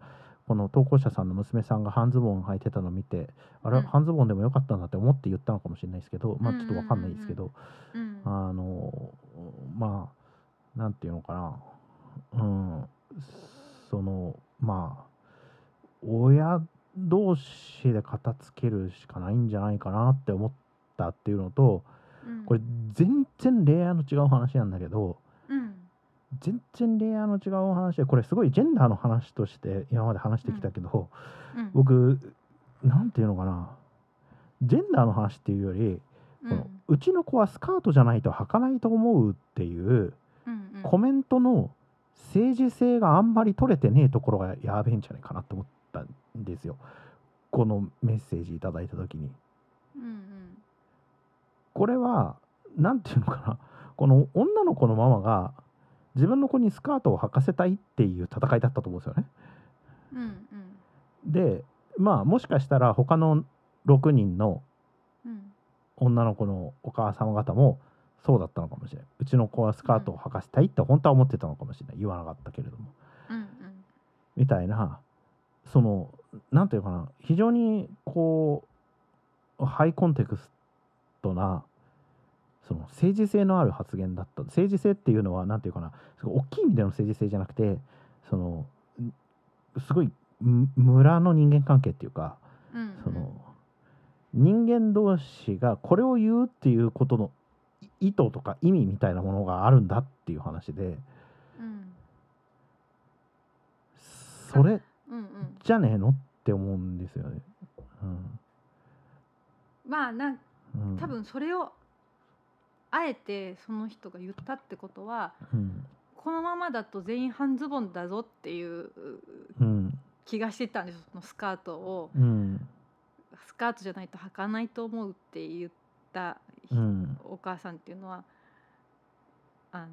Speaker 2: この投稿者さんの娘さんが半ズボン履いてたのを見てあれ、
Speaker 3: うん
Speaker 2: 半ズボンでもよかったんだって思って言ったのかもしれないですけど、まあ、ちょっとわかんないですけど、
Speaker 3: うん
Speaker 2: あのまあなんていうのかなうんそのまあ親同士で片付けるしかないんじゃないかなって思ったっていうのと
Speaker 3: うん
Speaker 2: これ全然レイヤーの違う話なんだけど
Speaker 3: うん
Speaker 2: 全然レイヤーの違う話でこれすごいジェンダーの話として今まで話してきたけど、
Speaker 3: うん
Speaker 2: 僕なんていうのかなジェンダーの話っていうよりこのうちの子はスカートじゃないと履かないと思うっていう
Speaker 3: うんうん
Speaker 2: コメントの政治性があんまり取れてねえところがやべえんじゃないかなと思ったんですよこのメッセージいただいた時に
Speaker 3: うんうん
Speaker 2: これはなんていうのかなこの女の子のママが自分の子にスカートを履かせたいっていう戦いだったと思うんですよね。
Speaker 3: うん
Speaker 2: でまあもしかしたら他の6人の
Speaker 3: うんうん
Speaker 2: 女の子のお母様方もそうだったのかもしれないうちの子はスカートを履かせたいって本当は思ってたのかもしれない言わなかったけれども
Speaker 3: うん
Speaker 2: みたいなそのなんていうかな非常にこうハイコンテクストなその政治性のある発言だった政治性っていうのはなんていうかなすごい大きい意味での政治性じゃなくてそのんすごいむ村の人間関係っていうか
Speaker 3: うんうん
Speaker 2: その人間同士がこれを言うっていうことのい意図とか意味みたいなものがあるんだっていう話で
Speaker 3: うん
Speaker 2: それ
Speaker 3: うんうん
Speaker 2: じゃねえのって思うんですよね。うん
Speaker 3: まあなん
Speaker 2: うん、
Speaker 3: 多分それをあえてその人が言ったってことは
Speaker 2: うん、
Speaker 3: このままだと全員半ズボンだぞっていう
Speaker 2: うん
Speaker 3: 気がしてたんですよそのスカートを
Speaker 2: うん
Speaker 3: スカートじゃないと履かないと思うって言った人
Speaker 2: うん
Speaker 3: お母さんっていうのはあの、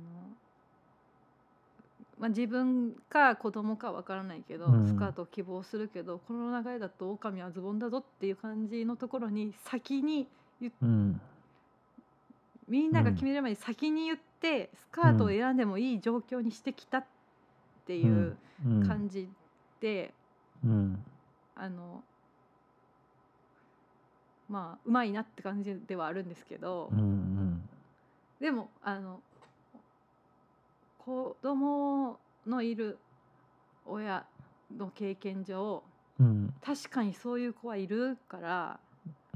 Speaker 3: まあ、自分か子供かわからないけど、
Speaker 2: うん
Speaker 3: スカートを希望するけどこの流れだと狼はズボンだぞっていう感じのところに先に
Speaker 2: うん
Speaker 3: みんなが決める前に先に言って、スカートを選んでもいい状況にしてきたっていう
Speaker 2: うん
Speaker 3: 感じで、
Speaker 2: うん
Speaker 3: あのまあうまいなって感じではあるんですけど。
Speaker 2: うん
Speaker 3: でもあの子供のいる親の経験上
Speaker 2: うん
Speaker 3: 確かにそういう子はいるから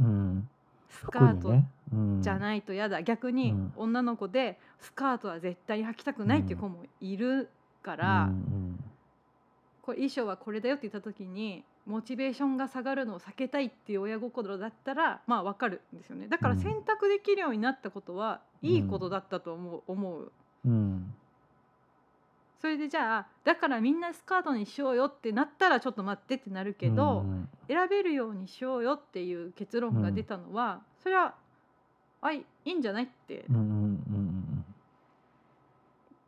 Speaker 2: うん
Speaker 3: スカ
Speaker 2: 特
Speaker 3: ー
Speaker 2: に
Speaker 3: ト
Speaker 2: ねうん
Speaker 3: じゃないと嫌だ、逆に
Speaker 2: うん
Speaker 3: 女の子でスカートは絶対に履きたくないっていう子もいるから、
Speaker 2: うん
Speaker 3: これ衣装はこれだよって言った時にモチベーションが下がるのを避けたいっていう親心だったらまあわかるんですよねだから
Speaker 2: うん
Speaker 3: 選択できるようになったことはいいことだったと思う思う
Speaker 2: うんうん
Speaker 3: それでじゃあだからみんなスカートにしようよってなったらちょっと待ってってなるけど、
Speaker 2: うん
Speaker 3: 選べるようにしようよっていう結論が出たのは、それはあいいいんじゃないって、
Speaker 2: うんうんうん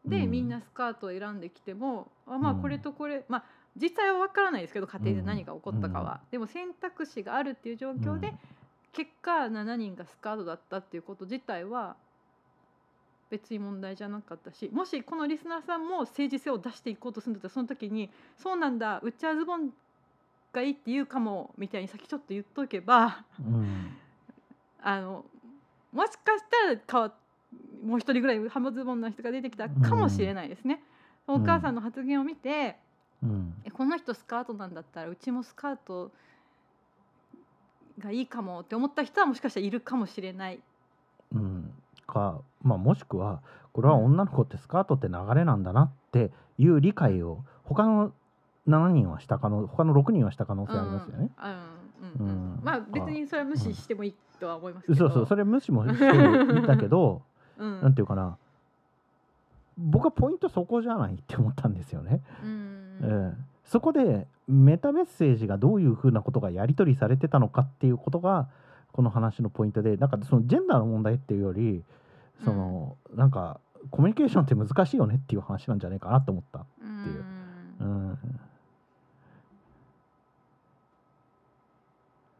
Speaker 3: で
Speaker 2: うん
Speaker 3: みんなスカートを選んできてもあまあ
Speaker 2: うん
Speaker 3: これとこれまあ実際は分からないですけど家庭で何が起こったかは、でも選択肢があるっていう状況で、
Speaker 2: うん
Speaker 3: 結果7人がスカートだったっていうこと自体は別に問題じゃなかったしもしこのリスナーさんも政治性を出していこうとするんだったらその時に「そうなんだうちはズボンがいいって言うかも」みたいに先ちょっと言っとけば
Speaker 2: うん
Speaker 3: あのもしかしたらかわもう一人ぐらいハムズボンの人が出てきたかもしれないですね。
Speaker 2: ん
Speaker 3: お母さんの発言を見て、
Speaker 2: うん
Speaker 3: えこの人スカートなんだったらうちもスカートがいいかもって思った人はもしかしたらいるかもしれない
Speaker 2: うん、か、まあ、もしくはこれは女の子ってスカートって流れなんだなっていう理解を他の7人はした可能他の6人はした可能性ありますよね。
Speaker 3: うんうんうん
Speaker 2: うん
Speaker 3: まあ別にそれは無視してもいいとは思いますけど、
Speaker 2: そうそうそ
Speaker 3: れ、
Speaker 2: れ無視もしていたけど
Speaker 3: うん、
Speaker 2: なんていうかな僕はポイントそこじゃないって思ったんですよね。
Speaker 3: うん
Speaker 2: ええそこでメタメッセージがどういうふうなことがやり取りされてたのかっていうことがこの話のポイントでなんかそのジェンダーの問題っていうよりその、なんかコミュニケーションって難しいよねっていう話なんじゃないかなと思った。
Speaker 3: うん
Speaker 2: ていううん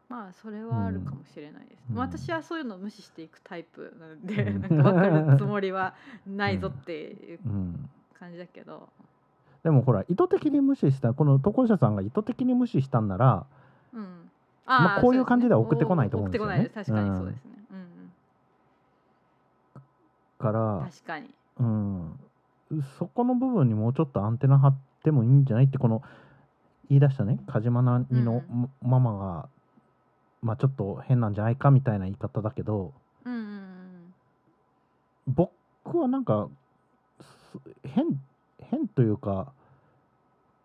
Speaker 3: まあそれはあるかもしれないです、
Speaker 2: うん
Speaker 3: まあ私はそういうのを無視していくタイプなので、
Speaker 2: うん
Speaker 3: なんか分かるつもりはないぞっていう
Speaker 2: うん
Speaker 3: 感じだけど、
Speaker 2: でもほら意図的に無視したこの投稿者さんが意図的に無視したんなら
Speaker 3: うん
Speaker 2: まあ
Speaker 3: ー
Speaker 2: こういう
Speaker 3: そですね
Speaker 2: 感じでは送ってこないと思うんですよね
Speaker 3: 送ってこないです確かにそうですね、うん
Speaker 2: から
Speaker 3: うん、確かに
Speaker 2: うん、そこの部分にもうちょっとアンテナ張ってもいいんじゃないってこの言い出したね梶間なにの
Speaker 3: う
Speaker 2: ママが、まあ、ちょっと変なんじゃないかみたいな言い方だけど
Speaker 3: うんうんうん
Speaker 2: 僕はなんかす変変というか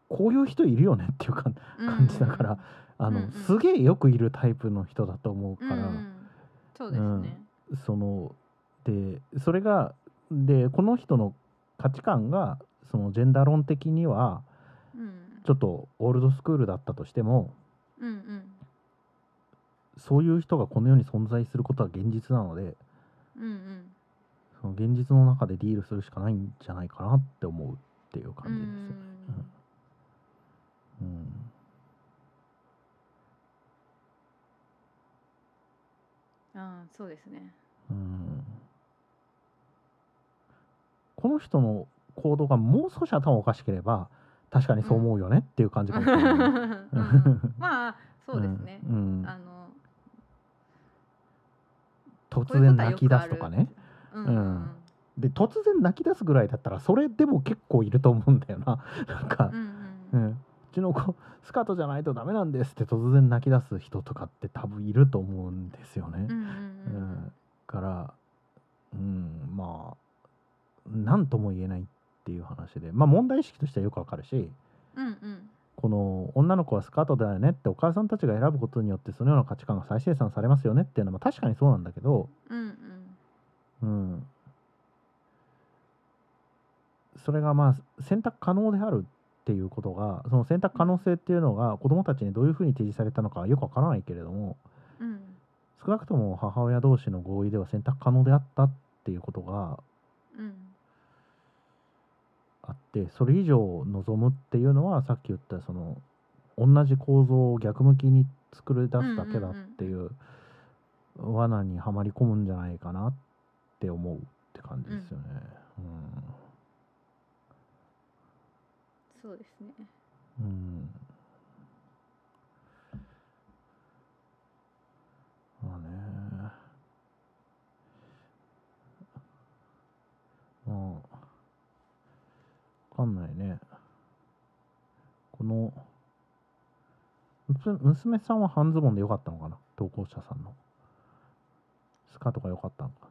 Speaker 2: こういう人いるよねっていうか
Speaker 3: うん
Speaker 2: 感じだからあの、
Speaker 3: うんうん
Speaker 2: すげえよくいるタイプの人だと思う
Speaker 3: うん
Speaker 2: から、
Speaker 3: うんそうですね、
Speaker 2: そのでそれがでこの人の価値観がそのジェンダー論的には
Speaker 3: うん
Speaker 2: ちょっとオールドスクールだったとしても
Speaker 3: うんうん
Speaker 2: そういう人がこの世に存在することは現実なので
Speaker 3: うんうん
Speaker 2: その現実の中でディールするしかないんじゃないかなって思うっていう感じですよね。うん
Speaker 3: うんあーそうですね
Speaker 2: うんこの人の行動がもう少し頭おかしければ確かにそう思うよねっていう感じかもしれないね。
Speaker 3: うん まあそうですね、
Speaker 2: ん うん
Speaker 3: あの
Speaker 2: 突
Speaker 3: こういう
Speaker 2: 然
Speaker 3: こと
Speaker 2: 泣
Speaker 3: はよ
Speaker 2: き
Speaker 3: く
Speaker 2: 出
Speaker 3: あ
Speaker 2: す
Speaker 3: る
Speaker 2: とかね。
Speaker 3: うん
Speaker 2: う
Speaker 3: うんん
Speaker 2: で突然泣き出すぐらいだったらそれでも結構いると思うんだよな。なんか、
Speaker 3: うん
Speaker 2: う
Speaker 3: うん
Speaker 2: ん、うちの子スカートじゃないとダメなんですって突然泣き出す人とかって多分いると思うんですよね
Speaker 3: うんう。ん
Speaker 2: う
Speaker 3: うん
Speaker 2: ん、から、うん、まあ何とも言えないっていう話でまあ問題意識としてはよくわかるし
Speaker 3: うんうん
Speaker 2: この女の子はスカートだよねってお母さんたちが選ぶことによってそのような価値観が再生産されますよねっていうのは確かにそうなんだけど、
Speaker 3: うんうん
Speaker 2: うん、それがまあ選択可能であるっていうことがその選択可能性っていうのが子どもたちにどういうふうに提示されたのかはよくわからないけれども
Speaker 3: うん
Speaker 2: 少なくとも母親同士の合意では選択可能であったっていうことが
Speaker 3: うん
Speaker 2: あってそれ以上望むっていうのはさっき言ったその同じ構造を逆向きに作り出すだけだっていう罠にはまり込むんじゃないかなって思うって感じですよね。うん
Speaker 3: そうですね
Speaker 2: うんまあね。まあ、わかんないね。この、むつ娘さんは半ズボンでよかったのかな投稿者さんの。スカートが良かったのか。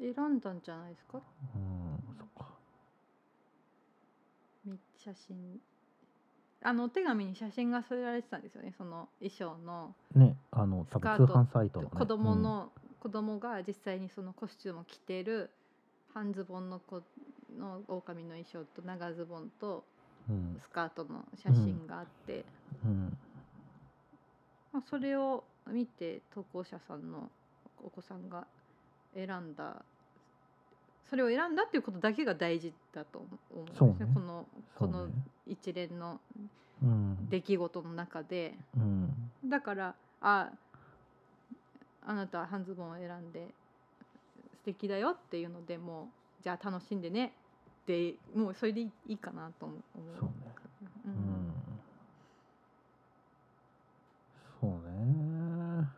Speaker 3: 選んだんじゃないですか
Speaker 2: うん、そっか。
Speaker 3: み写真あのお手紙に写真が添えられてたんですよねその衣装の
Speaker 2: ね、あの、多
Speaker 3: スカー
Speaker 2: 分通
Speaker 3: ト
Speaker 2: 販サイトの、ね。
Speaker 3: 子供の、子供が実際にそのコスチュームを着てる半ズボンの子の狼の衣装と長ズボンと
Speaker 2: うん。
Speaker 3: スカートの写真があって、
Speaker 2: うん。うん
Speaker 3: まあ、それを見て投稿者さんのお子さんが選んだそれを選んだっていうことだけが大事だと思うんです
Speaker 2: そうね
Speaker 3: ねこの
Speaker 2: そ
Speaker 3: こ
Speaker 2: う
Speaker 3: の
Speaker 2: ね
Speaker 3: 一連の
Speaker 2: うん、
Speaker 3: 出来事の中で。
Speaker 2: うん、
Speaker 3: だからああなたは半ズボンを選んで素敵だよっていうのでもうじゃあ楽しんでねでもうそれでいいかなと思う。
Speaker 2: そうね。
Speaker 3: う
Speaker 2: うんんそうね。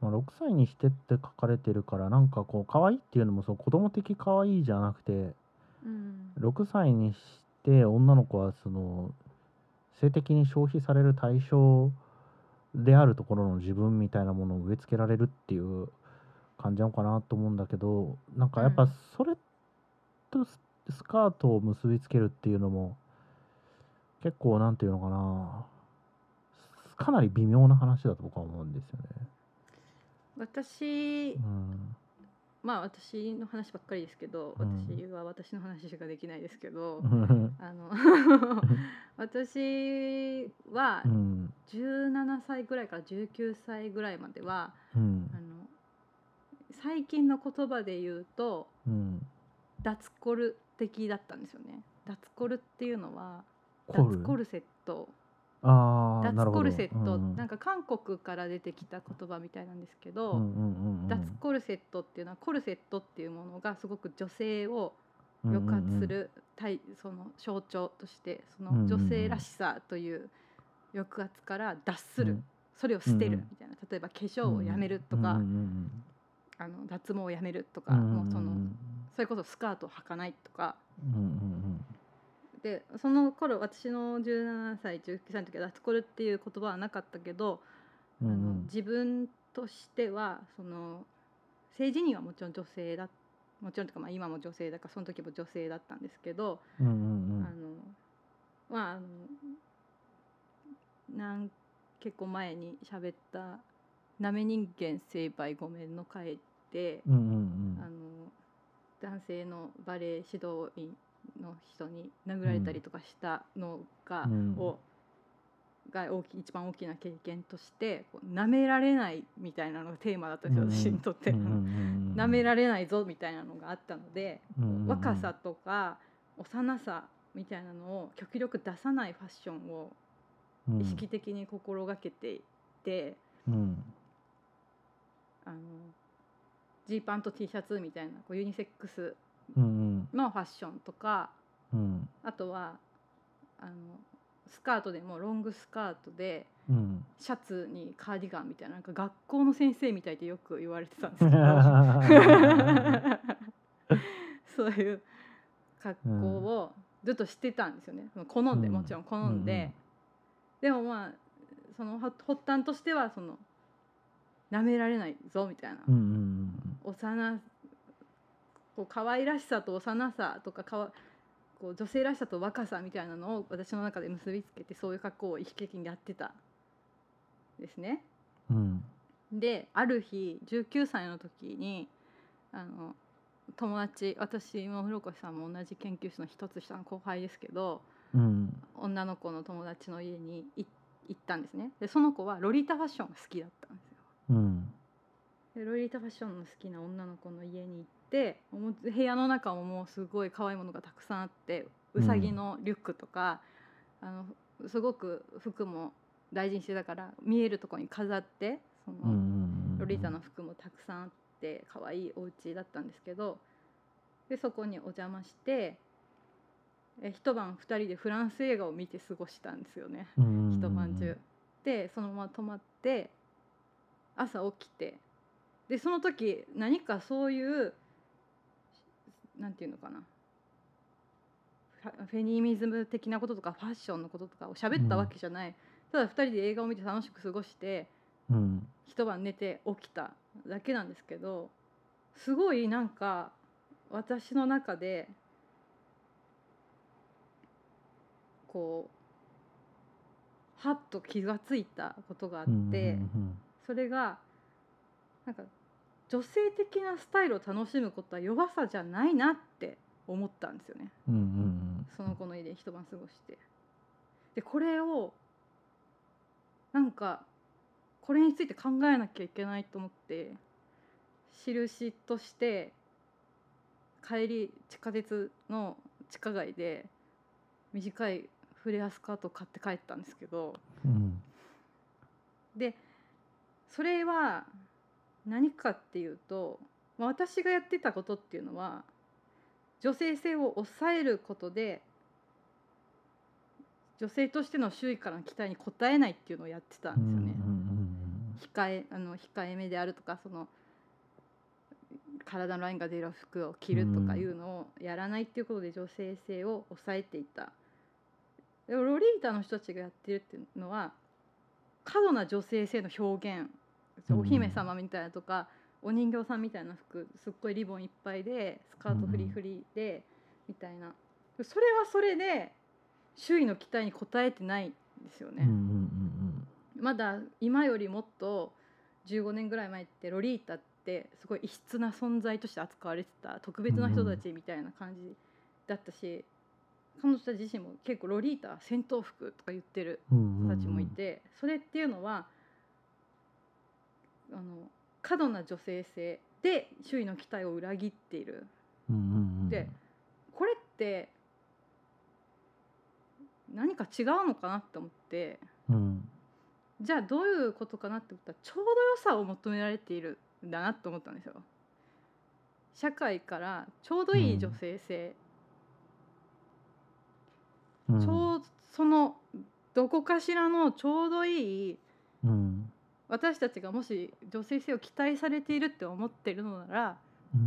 Speaker 2: まあ、6歳にしてって書かれてるからなんかこう可愛いっていうのもそう子供的可愛いじゃなくて
Speaker 3: うん
Speaker 2: 6歳にして女の子はその性的に消費される対象であるところの自分みたいなものを植え付けられるっていう感じなのかなと思うんだけどなんかやっ
Speaker 3: う
Speaker 2: ぱ
Speaker 3: ん
Speaker 2: それとススカートを結びつけるっていうのも結構なんていうのかなかなり微妙な話だと僕は思うんですよね。
Speaker 3: 私
Speaker 2: うん
Speaker 3: まあ私の話ばっかりですけど
Speaker 2: うん
Speaker 3: 私は私の話しかできないですけど、
Speaker 2: うん
Speaker 3: あの 私は
Speaker 2: うん
Speaker 3: 17歳ぐらいから19歳ぐらいまでは
Speaker 2: うん
Speaker 3: あの最近の言葉で言うと
Speaker 2: うん
Speaker 3: 脱コル的だったんですよね脱コルっていうのは
Speaker 2: コ
Speaker 3: 脱
Speaker 2: ル
Speaker 3: コルセット
Speaker 2: あー
Speaker 3: 脱
Speaker 2: なるほ
Speaker 3: コ
Speaker 2: ど
Speaker 3: ルセット
Speaker 2: うん
Speaker 3: なんか韓国から出てきた言葉みたいなんですけど、
Speaker 2: うんうんうんうん
Speaker 3: 脱コルセットっていうのはコルセットっていうものがすごく女性を抑圧する対、その象徴としてその
Speaker 2: うんうんうん
Speaker 3: 女性らしさという抑圧から脱する、それを捨て
Speaker 2: う
Speaker 3: る
Speaker 2: ん
Speaker 3: みたいな例えば化粧をやめるとか、
Speaker 2: うんうん
Speaker 3: あの脱毛をやめるとか、
Speaker 2: うんうんうん
Speaker 3: もうそのそれこそスカートを履かないとか。
Speaker 2: うんうん
Speaker 3: でその頃私の17歳19歳の時は「脱コル」っていう言葉はなかったけど、
Speaker 2: うんうんう
Speaker 3: あの
Speaker 2: ん
Speaker 3: 自分としてはその性自認はもちろん女性だもちろんというかまあ今も女性だからその時も女性だったんですけど、
Speaker 2: うんうん
Speaker 3: あのまああのなん結構前に喋った「なめ人間成敗ごめん」の回で。
Speaker 2: うんうんうん
Speaker 3: あの男性のバレエ指導員の人に殴られたりとかしたのが、
Speaker 2: うん
Speaker 3: をが大きい一番大きな経験としてこう舐められないみたいなのがテーマだったんですよ、私にとって。舐められないぞみたいなのがあったので、若さとか幼さみたいなのを極力出さないファッションを意識的に心がけていて、あのジーパンと T シャツみたいなこうユニセックスのファッションとかあとはあのスカートでもロングスカートでシャツにカーディガンみたいななんか学校の先生みたいってよく言われてたんで すけど そういう格好をずっとしてたんですよね好んで
Speaker 2: うん
Speaker 3: もちろん好んで、でもまあその発発端としてはその舐められないぞみたいな、幼こう可愛らしさと幼さとかかわこう女性らしさと若さみたいなのを私の中で結びつけてそういう格好を意識的にやってたんですね。である日19歳の時にあの友達私も古越さんも同じ研究室の一つ下の後輩ですけど女の子の友達の家にい行ったんですねでその子はロリータファッションが好きだったんですよでロリータファッションの好きな女の子の家に行ってもう部屋の中ももうすごい可愛いものがたくさんあって
Speaker 2: うん
Speaker 3: うさぎのリュックとか、あのすごく服も大事にしてたから見えるところに飾ってその、ロリータの服もたくさんあって可愛いお家だったんですけどでそこにお邪魔してえ一晩2人でフランス映画を見て過ごしたんですよね一晩中。でそのまま泊まって朝起きてでその時何かそういうなんていうのかなファフェニミズム的なこととかファッションのこととかを喋ったわけじゃない、ただ2人で映画を見て楽しく過ごして一晩寝て起きただけなんですけどすごいなんか私の中でこうはっと気がついたことがあって、それがなんか女性的なスタイルを楽しむことは弱さじゃないなって思ったんですよね。その子の家で一晩過ごしてでこれをなんかこれについて考えなきゃいけないと思って印として帰り地下鉄の地下街で短いフレアスカートを買って帰ったんですけどでそれは何かっていうと、まあ、私がやってたことっていうのは女性性を抑えることで女性としての周囲からの期待に応えないっていうのをやってたんですよね。控えあの控えめであるとかその体のラインが出る服を着るとかいうのをやらないっていうことで女性性を抑えていたでもロリータの人たちがやってるっていうのは過度な女性性の表現
Speaker 2: うん
Speaker 3: お姫様みたいなとか、お人形さんみたいな服すっごいリボンいっぱいでスカートフリフリで、みたいなそれはそれで周囲の期待に応えてないんですよね。まだ今よりもっと15年ぐらい前ってロリータってすごい異質な存在として扱われてた特別な人たちみたいな感じだったし、彼女たち自身も結構ロリータは戦闘服とか言ってる人たちもいて、それっていうのはあの過度な女性性で周囲の期待を裏切っているこれって何か違うのかなって思って。じゃあどういうことかなって思ったらちょうど良さを求められているんだなと思ったんですよ。社会からちょうどいい女性性、ちょうそのどこかしらのちょうどいい私たちがもし女性性を期待されているって思ってるのなら、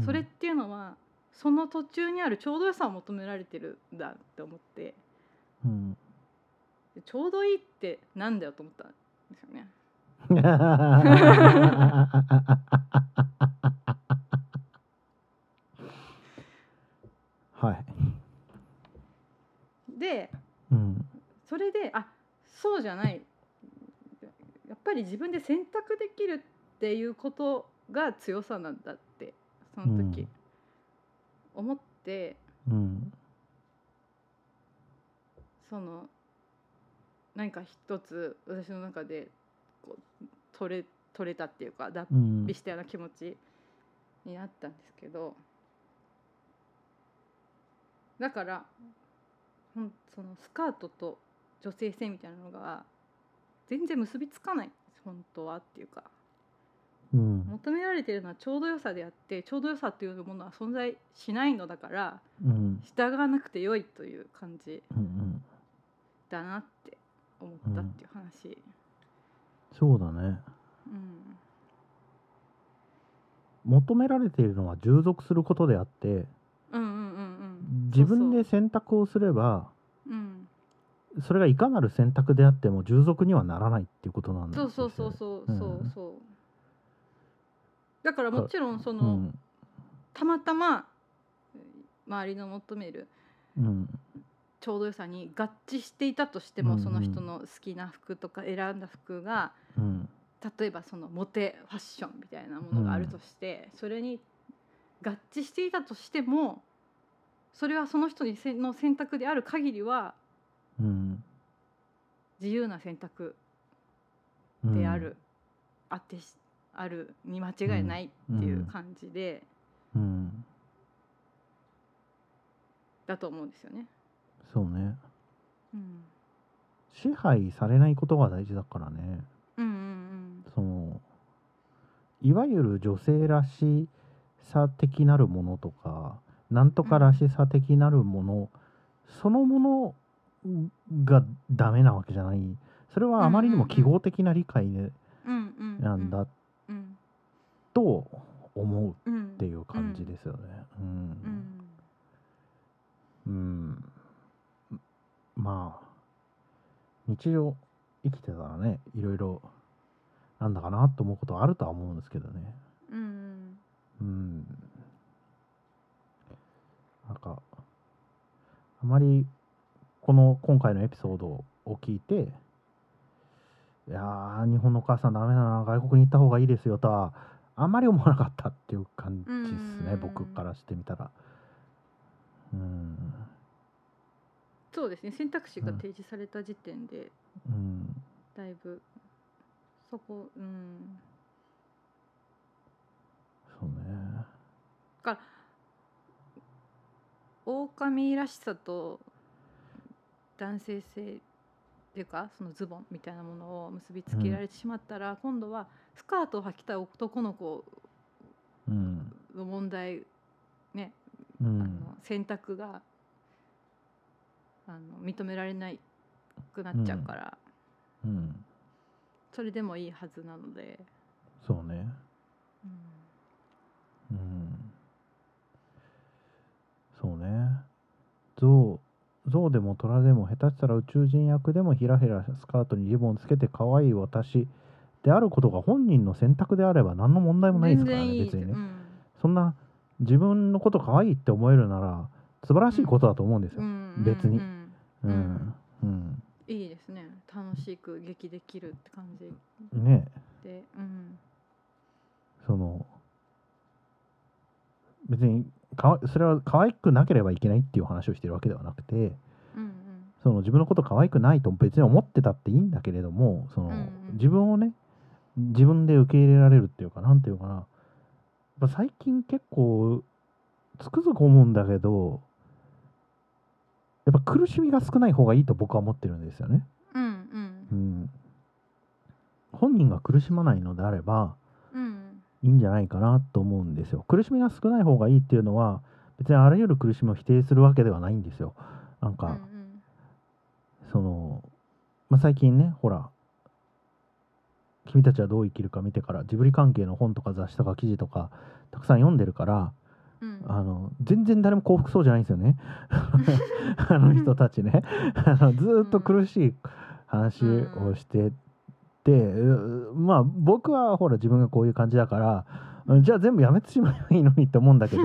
Speaker 3: それっていうのはその途中にあるちょうど良さを求められてるんだって思ってでちょうどいいってなんだよと思ったんですよね。
Speaker 2: はい。
Speaker 3: で
Speaker 2: うん。
Speaker 3: それであそうじゃないやっぱり自分で選択できるっていうことが強さなんだってその時、
Speaker 2: うん
Speaker 3: 思って
Speaker 2: うん。
Speaker 3: その何か一つ私の中でこう取れ取れたっていうか脱
Speaker 2: うん
Speaker 3: 皮したような気持ちになったんですけどだからほんそのスカートと女性性みたいなのが全然結びつかない本当はっていうか
Speaker 2: うん
Speaker 3: 求められてるのはちょうど良さであってちょうど良さというものは存在しないのだから
Speaker 2: うん
Speaker 3: 従わなくて良いという感じ
Speaker 2: うん
Speaker 3: だなって思ったっていう話。
Speaker 2: そうだね
Speaker 3: うん
Speaker 2: 求められているのは従属することであって
Speaker 3: うんうんうんうん
Speaker 2: 自分で
Speaker 3: そう
Speaker 2: 選択をすれば
Speaker 3: そう,、うん、
Speaker 2: それがいかなる選択であっても従属にはならないっていうことなんです
Speaker 3: そ
Speaker 2: よね
Speaker 3: うそうそうそうそう
Speaker 2: うん
Speaker 3: そうだからもちろんその、
Speaker 2: うん
Speaker 3: たまたま周りの求める
Speaker 2: うん
Speaker 3: ちょうど良さに合致していたとしても、
Speaker 2: うんうん
Speaker 3: その人の好きな服とか選んだ服が
Speaker 2: うん
Speaker 3: 例えばそのモテファッションみたいなものがあるとして、それに合致していたとしてもそれはその人にせの選択である限りは
Speaker 2: うん
Speaker 3: 自由な選択
Speaker 2: うん
Speaker 3: である、あってしあるに間違いないっていう感じで、
Speaker 2: うん
Speaker 3: だと思うんですよね。
Speaker 2: そうね
Speaker 3: うん、
Speaker 2: 支配されないことが大事だからね
Speaker 3: うんうん
Speaker 2: そのいわゆる女性らしさ的なるものとかなんとからしさ的なるものそのものがダメなわけじゃないそれはあまりにも記号的な理解で
Speaker 3: うんうんうんうん
Speaker 2: なんだ
Speaker 3: うん
Speaker 2: と思う
Speaker 3: うん
Speaker 2: っていう感じですよね。うん
Speaker 3: ん
Speaker 2: うんまあ日常生きてたらねいろいろなんだかなと思うことはあるとは思うんですけどね。
Speaker 3: うんうん
Speaker 2: うんなんかあまりこの今回のエピソードを聞いていやー日本のお母さんダメだな外国に行った方がいいですよとはあんまり思わなかったっていう感じですね
Speaker 3: うん
Speaker 2: 僕からしてみたらうん
Speaker 3: そうですね選択肢が提示された時点で
Speaker 2: うん
Speaker 3: だいぶそこうん
Speaker 2: そうね
Speaker 3: 狼らしさと男性性っていうかそのズボンみたいなものを結びつけられてしまったら、今度はスカートを履きたい男の子
Speaker 2: うん
Speaker 3: の問題ね、
Speaker 2: う
Speaker 3: あ
Speaker 2: ん
Speaker 3: の選択があの認められないくなっちゃうから、
Speaker 2: うん
Speaker 3: それでもいいはずなので、
Speaker 2: そうね
Speaker 3: うん
Speaker 2: うんそうね象象でも虎でも下手したら宇宙人役でもひらひらスカートにリボンつけて可愛い私であることが本人の選択であれば何の問題もないですから
Speaker 3: 全然
Speaker 2: ね
Speaker 3: いい
Speaker 2: 別にね、
Speaker 3: うん
Speaker 2: そんな自分のこと可愛いって思えるなら素晴らしいことだと思うんです
Speaker 3: う
Speaker 2: よ
Speaker 3: んうん
Speaker 2: 別に
Speaker 3: うん
Speaker 2: う
Speaker 3: うん
Speaker 2: ん、うん
Speaker 3: いいですね楽しく劇できるって感じ
Speaker 2: ね
Speaker 3: で、うん、
Speaker 2: その別にかわそれは可愛くなければいけないっていう話をしてるわけではなくて、
Speaker 3: うんうん
Speaker 2: その自分のこと可愛くないと別に思ってたっていいんだけれどもその、
Speaker 3: うんうん
Speaker 2: 自分をね自分で受け入れられるっていうかなんていうのかなやっぱ最近結構つくづく思うんだけどやっぱ苦しみが少ない方がいいと僕は思ってるんですよね。
Speaker 3: うん
Speaker 2: う
Speaker 3: う
Speaker 2: んん、本人が苦しまないのであれば
Speaker 3: うん
Speaker 2: いいんじゃないかなと思うんですよ。苦しみが少ない方がいいっていうのは別にあらゆる苦しみを否定するわけではないんですよ。なんか、
Speaker 3: うん
Speaker 2: その、まあ、最近ねほら「君たちはどう生きるか」見てからジブリ関係の本とか雑誌とか記事とかたくさん読んでるから
Speaker 3: うん
Speaker 2: あの全然誰も幸福そうじゃないんですよねあの人たちねあのずーっと苦しい話をしてて、うまあ僕はほら自分がこういう感じだからじゃあ全部やめてしまえばいいのにって思うんだけど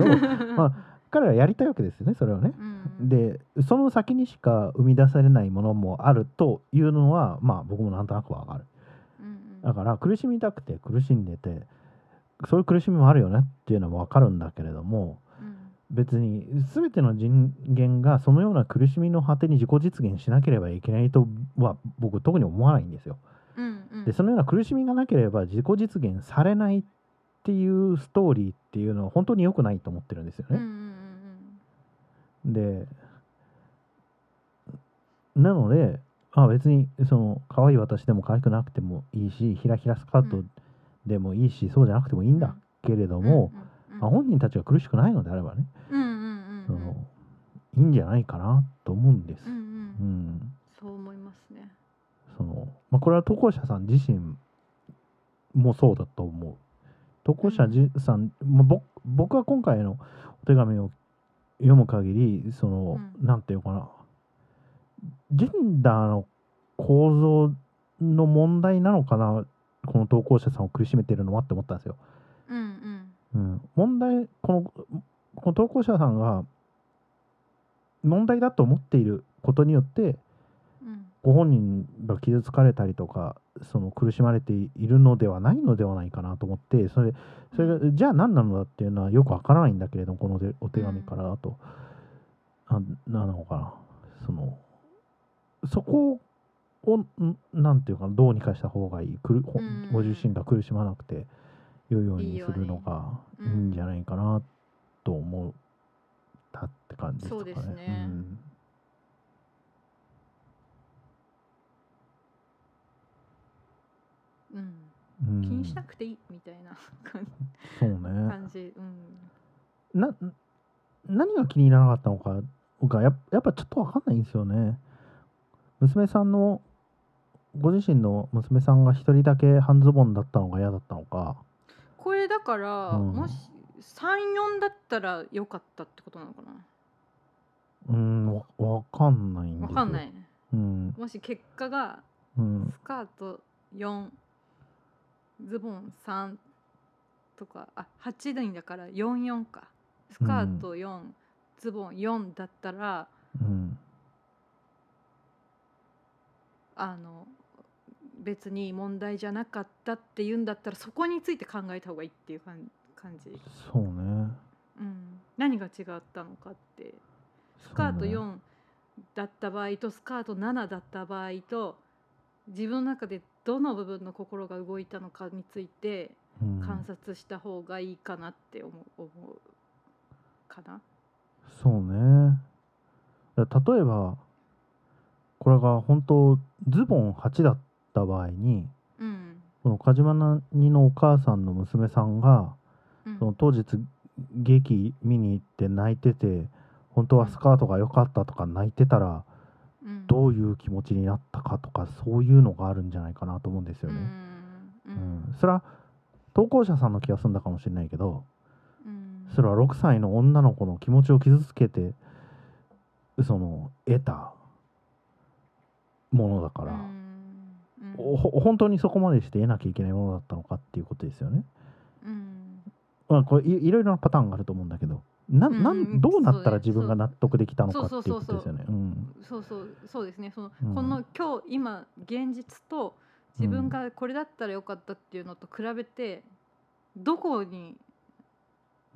Speaker 2: ま彼らはやりたいわけですよねそれをね。
Speaker 3: うん
Speaker 2: でその先にしか生み出されないものもあるというのはまあ僕もなんとなくわかる
Speaker 3: うん
Speaker 2: だから苦しみたくて苦しんでてそういう苦しみもあるよねっていうのはわかるんだけれども
Speaker 3: うん
Speaker 2: 別に全ての人間がそのような苦しみの果てに自己実現しなければいけないとは僕特に思わないんですよ。
Speaker 3: うんうん、
Speaker 2: でそのような苦しみがなければ自己実現されないっていうストーリーっていうのは本当に良くないと思ってるんですよ
Speaker 3: うんうん
Speaker 2: ね。でなので、まあ、別にその可愛い私でも可愛くなくてもいいしひらひらスカー
Speaker 3: う
Speaker 2: ト
Speaker 3: ん
Speaker 2: でもいいし、そうじゃなくてもいいんだけれど
Speaker 3: うんうん、
Speaker 2: も、
Speaker 3: うんうん、
Speaker 2: まあ、本人たちが苦しくないのであればね、
Speaker 3: うんうんうん
Speaker 2: そ
Speaker 3: うん
Speaker 2: のいいんじゃないかなと思うんです。
Speaker 3: うん
Speaker 2: う
Speaker 3: う、
Speaker 2: んん
Speaker 3: そう思いますね。
Speaker 2: そのまあ、これは投稿者さん自身もそうだと思う。投稿者じさん、まあ、ぼ僕は今回のお手紙を読む限りその、
Speaker 3: うん
Speaker 2: なんていうのかなジェンダーの構造の問題なのかなこの投稿者さんを苦しめてるのはって思ったんですよ。
Speaker 3: うんうん
Speaker 2: うん、問題このこの投稿者さんが問題だと思っていることによって
Speaker 3: うん
Speaker 2: ご本人が傷つかれたりとかその苦しまれているのではないのではないかなと思ってそれそれがじゃあ何なのだっていうのはよくわからないんだけれどもこのでお手紙からだと、あなのかなそのそこをんなんていうかなどうにかした方がいいくるほ
Speaker 3: うん
Speaker 2: ご自身が苦しまなくて良いよう
Speaker 3: いい
Speaker 2: に
Speaker 3: よ
Speaker 2: す
Speaker 3: うに
Speaker 2: るのが
Speaker 3: う
Speaker 2: い
Speaker 3: ん
Speaker 2: いんじゃないかなと思ったって感じですかね。
Speaker 3: そうですね
Speaker 2: うん
Speaker 3: うん
Speaker 2: うん
Speaker 3: 気にしなくていいみたいな感
Speaker 2: そうね
Speaker 3: 感じ、うん、
Speaker 2: な何が気に入らなかったのかがやっやっぱちょっと分かんないんですよね。娘さんのご自身の娘さんが一人だけ半ズボンだったのが嫌だったのか
Speaker 3: これだから、
Speaker 2: うん
Speaker 3: もし34だったらよかったってことなのかな
Speaker 2: うーんわわかんないんです
Speaker 3: わ
Speaker 2: よ。
Speaker 3: かんない
Speaker 2: うん、
Speaker 3: もし結果が
Speaker 2: うん
Speaker 3: スカート4ズボン3とかあ8人だから44かスカート4、ズボン4だったら
Speaker 2: うん
Speaker 3: あの別に問題じゃなかったっていうんだったらそこについて考えた方がいいっていう感感じ、
Speaker 2: そうね。
Speaker 3: うん、何が違ったのかってスカート
Speaker 2: そうね
Speaker 3: 4だった場合とスカート7だった場合と自分の中でどの部分の心が動いたのかについて
Speaker 2: うん
Speaker 3: 観察した方がいいかなって思う思うかな。
Speaker 2: そうね。だ例えばこれが本当ズボン8だった場合に
Speaker 3: うん
Speaker 2: この梶間なにのお母さんの娘さんが
Speaker 3: うん
Speaker 2: その当日劇見に行って泣いてて本当はスカートが良かったとか泣いてたら
Speaker 3: うん
Speaker 2: どういう気持ちになったかとかそういうのがあるんじゃないかなと思うんですよ
Speaker 3: う
Speaker 2: ね。
Speaker 3: んう
Speaker 2: うんん、それは投稿者さんの気が済んだかもしれないけど
Speaker 3: うん
Speaker 2: それは6歳の女の子の気持ちを傷つけてその得たものだから、
Speaker 3: うんうん
Speaker 2: おほ本当にそこまでして得なきゃいけないものだったのかっていうことですよね。
Speaker 3: うん
Speaker 2: まあ、これいいろいろなパターンがあると思うんだけどな
Speaker 3: うん
Speaker 2: んなんどうなった
Speaker 3: そ
Speaker 2: ら
Speaker 3: うね
Speaker 2: 自分が納得できたのか
Speaker 3: そう
Speaker 2: っていう
Speaker 3: そう
Speaker 2: こ
Speaker 3: そう
Speaker 2: とですよね。うん
Speaker 3: そうそうそうですねその、
Speaker 2: うん
Speaker 3: この今日今現実と自分がこれだったらよかったっていうのと比べてどこに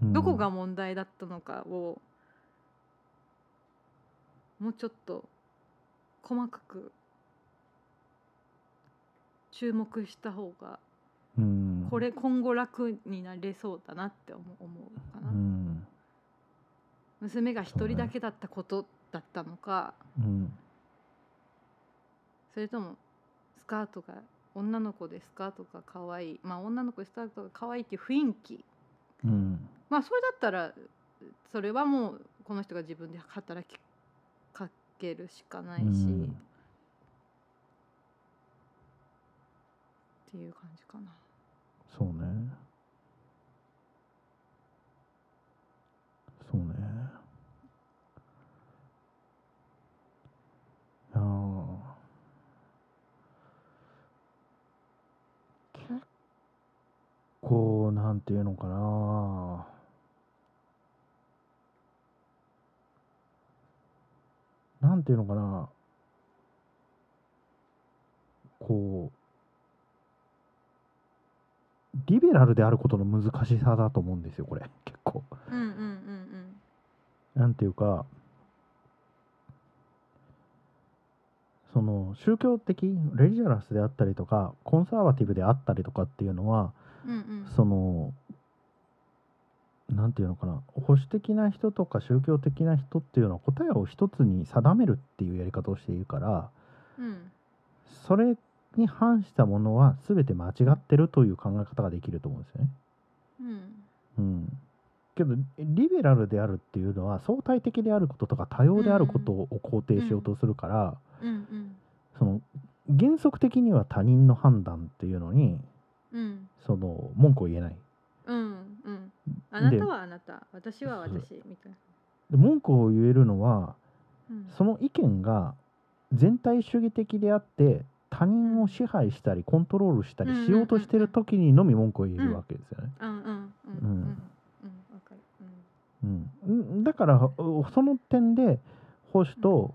Speaker 2: うん
Speaker 3: どこが問題だったのかをもうちょっと細かく注目した方が
Speaker 2: うん
Speaker 3: これ今後楽になれそうだなって思う思うか
Speaker 2: う
Speaker 3: な、
Speaker 2: ん
Speaker 3: 娘が一人だけだったことだったのか
Speaker 2: うん
Speaker 3: それともスカートが女の子でスカートが可愛いまあ女の子でスカートが可愛いっていう雰囲気
Speaker 2: うん
Speaker 3: まあそれだったらそれはもうこの人が自分で働きかけるしかないし、
Speaker 2: うん
Speaker 3: っていう感じかな。
Speaker 2: そうねそうねあー結構なんていうのかななんていうのかなこうリベラルであることの難しさだと思うんですよこれ結構
Speaker 3: うんうんうん
Speaker 2: なんていうかその宗教的レジャラスであったりとかコンサバティブであったりとかっていうのは
Speaker 3: うんうん
Speaker 2: そのなんていうのかな保守的な人とか宗教的な人っていうのは答えを一つに定めるっていうやり方をしているから
Speaker 3: うん
Speaker 2: それに反したものは全て間違ってるという考え方ができると思うんですよね。う
Speaker 3: うん
Speaker 2: ん、けどリベラルであるっていうのは相対的であることとか多様であることを肯定しようとするから、
Speaker 3: うん
Speaker 2: その原則的には他人の判断っていうのに
Speaker 3: うん
Speaker 2: その文句を言えない
Speaker 3: うんうんあなたはあなた私は私みたいな
Speaker 2: で文句を言えるのは
Speaker 3: うん
Speaker 2: その意見が全体主義的であって他人を支配したりコントロールしたりしようとしてる時にのみ文句を言えるわけですよね。
Speaker 3: うんうんうん
Speaker 2: う
Speaker 3: うんんうんわかる
Speaker 2: うん、だからその点で保守と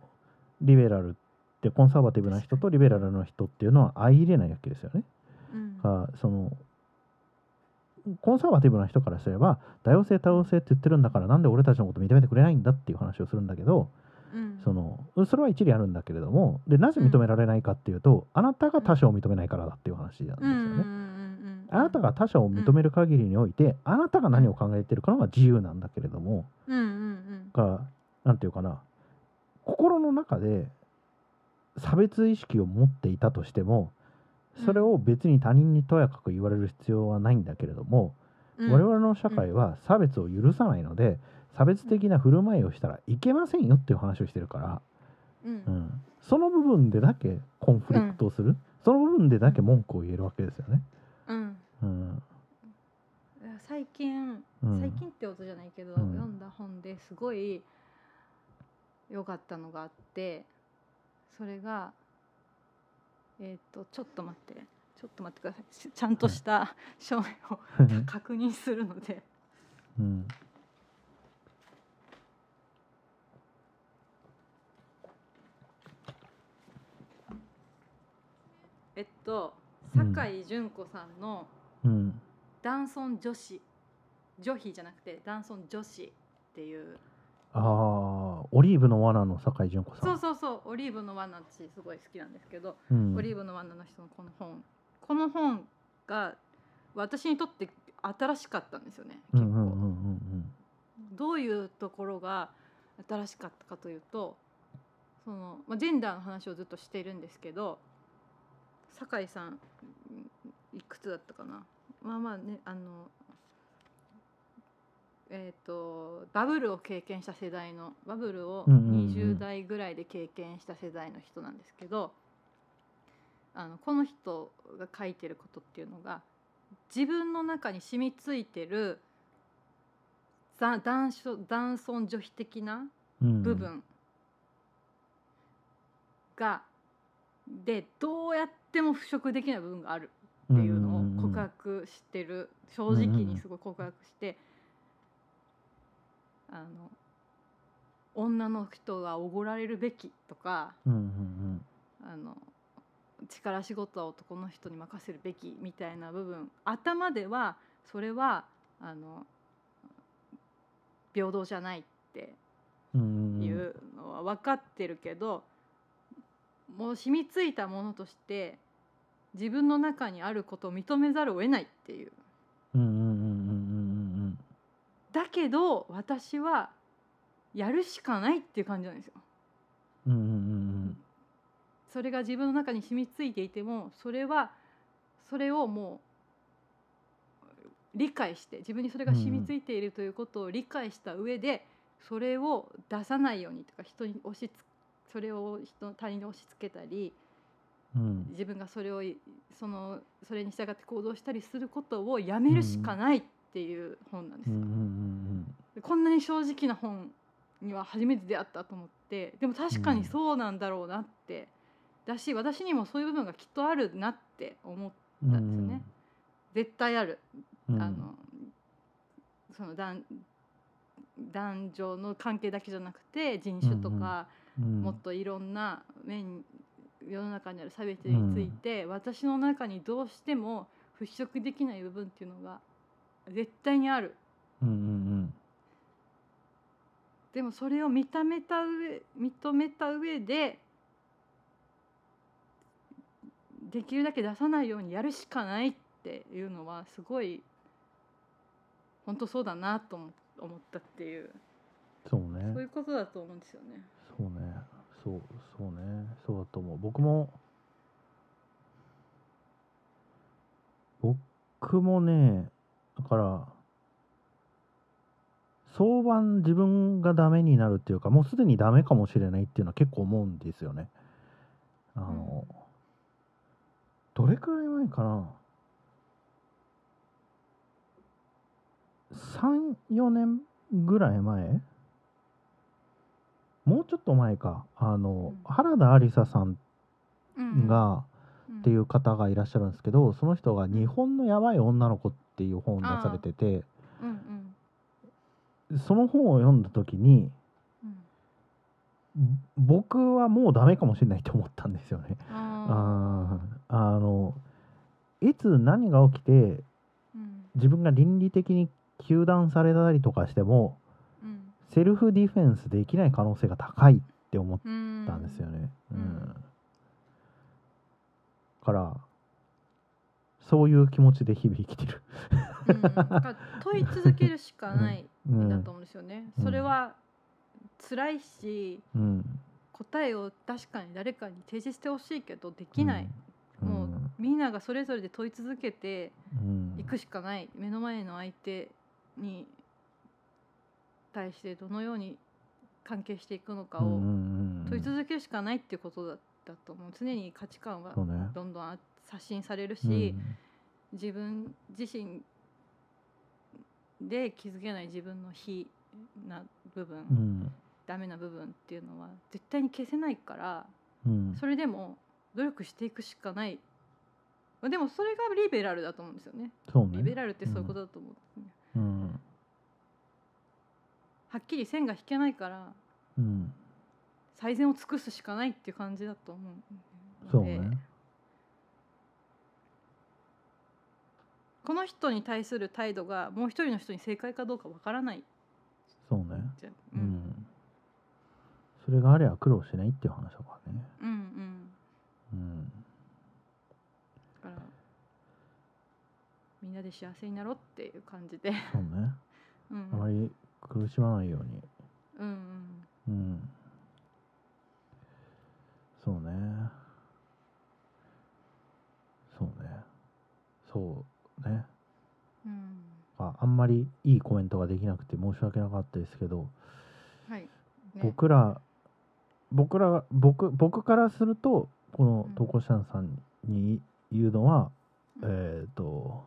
Speaker 2: リベラルってコンサバティブな人とリベラルの人っていうのは相入れないわけですよね。
Speaker 3: うんうん
Speaker 2: あそのコンサバティブな人からすれば多様性多様性って言ってるんだからなんで俺たちのこと認めてくれないんだっていう話をするんだけど
Speaker 3: うん
Speaker 2: そのそれは一理あるんだけれどもでなぜ認められないかっていうと、あなたが他者を認めないからだっていう話なんですよね。
Speaker 3: うんうんうんうん
Speaker 2: あなたが他者を認める限りにおいて、あなたが何を考えてるかのは自由なんだけれども、
Speaker 3: うんうん
Speaker 2: がなんていうかな心の中で差別意識を持っていたとしてもそれを別に他人にとやかく言われる必要はないんだけれども、
Speaker 3: うん
Speaker 2: 我々の社会は差別を許さないので差別的な振る舞いをしたらいけませんよっていう話をしてるから、
Speaker 3: うん
Speaker 2: うん、その部分でだけコンフリクトをする、その部分でだけ文句を言えるわけですよね。
Speaker 3: うん
Speaker 2: うん
Speaker 3: いや最近
Speaker 2: うん
Speaker 3: 最近ってことじゃないけど、
Speaker 2: うん
Speaker 3: 読んだ本ですごい良かったのがあってそれがえーっとちょっと待ってちょっと待ってくださいしちゃんとした書面を確認するので
Speaker 2: うん
Speaker 3: えっと
Speaker 2: うん
Speaker 3: 酒井純子さんの
Speaker 2: うん
Speaker 3: 「男尊女子」女卑じゃなくて「男尊女子」っていう
Speaker 2: ああオリーブの罠の酒井純子さん。
Speaker 3: そうそうそう「オリーブの罠」私すごい好きなんですけど
Speaker 2: うん
Speaker 3: オリーブの罠の人のこの本この本が私にとって新しかったんですよね
Speaker 2: う
Speaker 3: 結構、
Speaker 2: んうんうんうん
Speaker 3: どういうところが新しかったかというとその、まあ、ジェンダーの話をずっとしているんですけど酒井さんうんいくつだったかなまあまあねあのえー、とバブルを経験した世代のバブルを
Speaker 2: うんうんうん
Speaker 3: 20代ぐらいで経験した世代の人なんですけど、あのこの人が書いてることっていうのが自分の中に染みついてるざ男所男尊女卑的な
Speaker 2: うんうん
Speaker 3: 部分が、でどうやっても払拭できない部分があるっていうのを告白してる正直にすごい告白して、あの女の人がおごられるべきとか
Speaker 2: うんうん
Speaker 3: あの力仕事は男の人に任せるべきみたいな部分頭ではそれはあの平等じゃないって
Speaker 2: うんうんうん
Speaker 3: いうのは分かってるけど、もう染みついたものとして自分の中にあることを認めざるを得ないっていう
Speaker 2: うんうんうんうん
Speaker 3: だけど私はやるしかないっていう感じなんですよ。
Speaker 2: うんうんうんうん
Speaker 3: それが自分の中に染みついていてもそれはそれをもう理解して自分にそれが染みついているということを理解した上で、それを出さないようにとか人に押しつそれを人の他人に押し付けたり
Speaker 2: うん
Speaker 3: 自分がそれをいそのそれに従って行動したりすることをやめるしかないっていう本なんです
Speaker 2: う
Speaker 3: よ。
Speaker 2: んうんうん
Speaker 3: でこんなに正直な本には初めて出会ったと思ってでも確かにそうなんだろうなって、だし私にもそういう部分がきっとあるなって思っ
Speaker 2: うん
Speaker 3: なんですよね絶対ある、
Speaker 2: うんうん
Speaker 3: あのその男男女の関係だけじゃなくて人種とか、
Speaker 2: うん
Speaker 3: もっといろんな面世の中にある差別について、私の中にどうしても払拭できない部分っていうのが絶対にある
Speaker 2: うんうん
Speaker 3: でもそれを認めた上認めた上でできるだけ出さないようにやるしかないっていうのはすごい本当そうだなと思思ったっていう
Speaker 2: そう
Speaker 3: そうい
Speaker 2: ね
Speaker 3: うことだと思うんですよね。
Speaker 2: そうねそうそうねそうだと思う僕も僕もねだから早晩自分がダメになるっていうかもうすでにダメかもしれないっていうのは結構思うんですよねあの、どれくらい前かな34年ぐらい前もうちょっと前かあの、
Speaker 3: うん
Speaker 2: 原田ありささん
Speaker 3: うん
Speaker 2: が、
Speaker 3: うん
Speaker 2: っていう方がいらっしゃるんですけどその人が「日本のやばい女の子」っていう本を出されてて
Speaker 3: うんうん
Speaker 2: その本を読んだ時に
Speaker 3: うん
Speaker 2: ぼ僕はもうダメかもしれないと思ったんですよね。あ
Speaker 3: あー
Speaker 2: ーあのいつ何が起きて
Speaker 3: うん
Speaker 2: 自分が倫理的に糾弾されたりとかしても
Speaker 3: うん
Speaker 2: セルフディフェンスできない可能性が高いって思っ
Speaker 3: うん
Speaker 2: ったんですよね。う
Speaker 3: うんん
Speaker 2: からそういう気持ちで日々生きてる。
Speaker 3: うんだから問い続けるしかない
Speaker 2: うん
Speaker 3: だと思うんですよね。
Speaker 2: うん
Speaker 3: それは辛いし
Speaker 2: うん、
Speaker 3: 答えを確かに誰かに提示してほしいけどできない、
Speaker 2: うん。
Speaker 3: もうみんながそれぞれで問い続けて
Speaker 2: うん
Speaker 3: いくしかない、目の前の相手に対してどのように関係していくのか
Speaker 2: うんう
Speaker 3: を
Speaker 2: んうん
Speaker 3: 問い続けるしかないっていうことだったと思う常に価値観は
Speaker 2: そうね
Speaker 3: どんどん刷新されるし、
Speaker 2: うん
Speaker 3: 自分自身で気づけない自分の非な部分、
Speaker 2: うん
Speaker 3: ダメな部分っていうのは絶対に消せないから
Speaker 2: うん
Speaker 3: それでも努力していくしかないまあでもそれがリベラルだと思うんですよね
Speaker 2: そう
Speaker 3: リベ
Speaker 2: ね。
Speaker 3: ラルってそういうことだと思うんですね、
Speaker 2: うん
Speaker 3: はっきり線が引けないから
Speaker 2: うん、
Speaker 3: 最善を尽くすしかないっていう感じだと思う
Speaker 2: そ
Speaker 3: の
Speaker 2: う
Speaker 3: で
Speaker 2: ね。
Speaker 3: この人に対する態度がもう一人の人に正解かどうかわからない
Speaker 2: そうね。
Speaker 3: じゃん
Speaker 2: う
Speaker 3: うん
Speaker 2: ん。それがあれば苦労しないっていう話だからね。
Speaker 3: うんうん
Speaker 2: うん。
Speaker 3: だからみんなで幸せになろうっていう感じで、
Speaker 2: そうね。
Speaker 3: うん、
Speaker 2: あまり苦しまないように。
Speaker 3: うんうん
Speaker 2: うん。そうね。そうね。そうね。
Speaker 3: うん
Speaker 2: ああんまりいいコメントができなくて申し訳なかったですけど、
Speaker 3: はい、ね、
Speaker 2: 僕ら、僕ら、僕、僕からすると、この
Speaker 3: うん
Speaker 2: 投稿者さんに言うのは、
Speaker 3: うん
Speaker 2: えっ、と、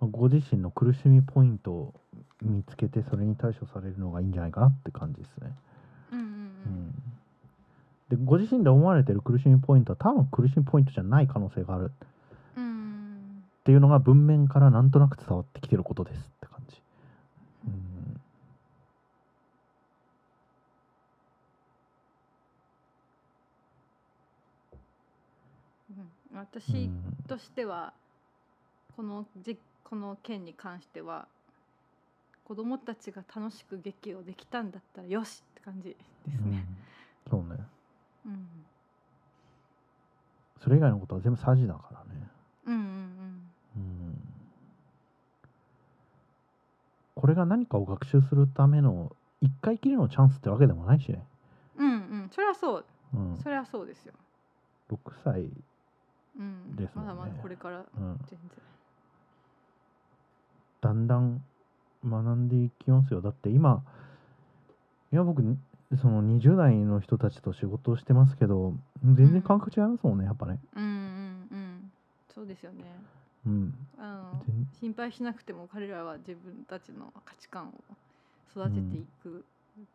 Speaker 2: ご自身の苦しみポイントを見つけて、それに対処されるのがいいんじゃないかなって感じですね。
Speaker 3: うんうんうん
Speaker 2: でご自身で思われてる苦しみポイントは多分苦しみポイントじゃない可能性がある
Speaker 3: うん
Speaker 2: っていうのが文面からなんとなく伝わってきてることですって感じ。うん
Speaker 3: う
Speaker 2: う
Speaker 3: ん私
Speaker 2: ん
Speaker 3: としてはこのじこの件に関しては子供たちが楽しく劇をできたんだったらよしって感じですね。
Speaker 2: うんそうね
Speaker 3: うん、
Speaker 2: それ以外のことは全部サジだからね、
Speaker 3: うん、うん
Speaker 2: うん、これが何かを学習するための一回きりのチャンスってわけでもないしね、
Speaker 3: うんうんうんそれはそう
Speaker 2: うん、
Speaker 3: それはそうですよ。
Speaker 2: 6歳、
Speaker 3: うん
Speaker 2: ですもん
Speaker 3: ま
Speaker 2: ね
Speaker 3: だまだこれから
Speaker 2: うん、
Speaker 3: 全然。
Speaker 2: だんだん学んでいきますよだって今今僕その20代の人たちと仕事をしてますけど全然感覚違いますもんねやっぱね
Speaker 3: うんうんうんそうですよね。
Speaker 2: うん
Speaker 3: あの
Speaker 2: 全
Speaker 3: 心配しなくても彼らは自分たちの価値観を育てていく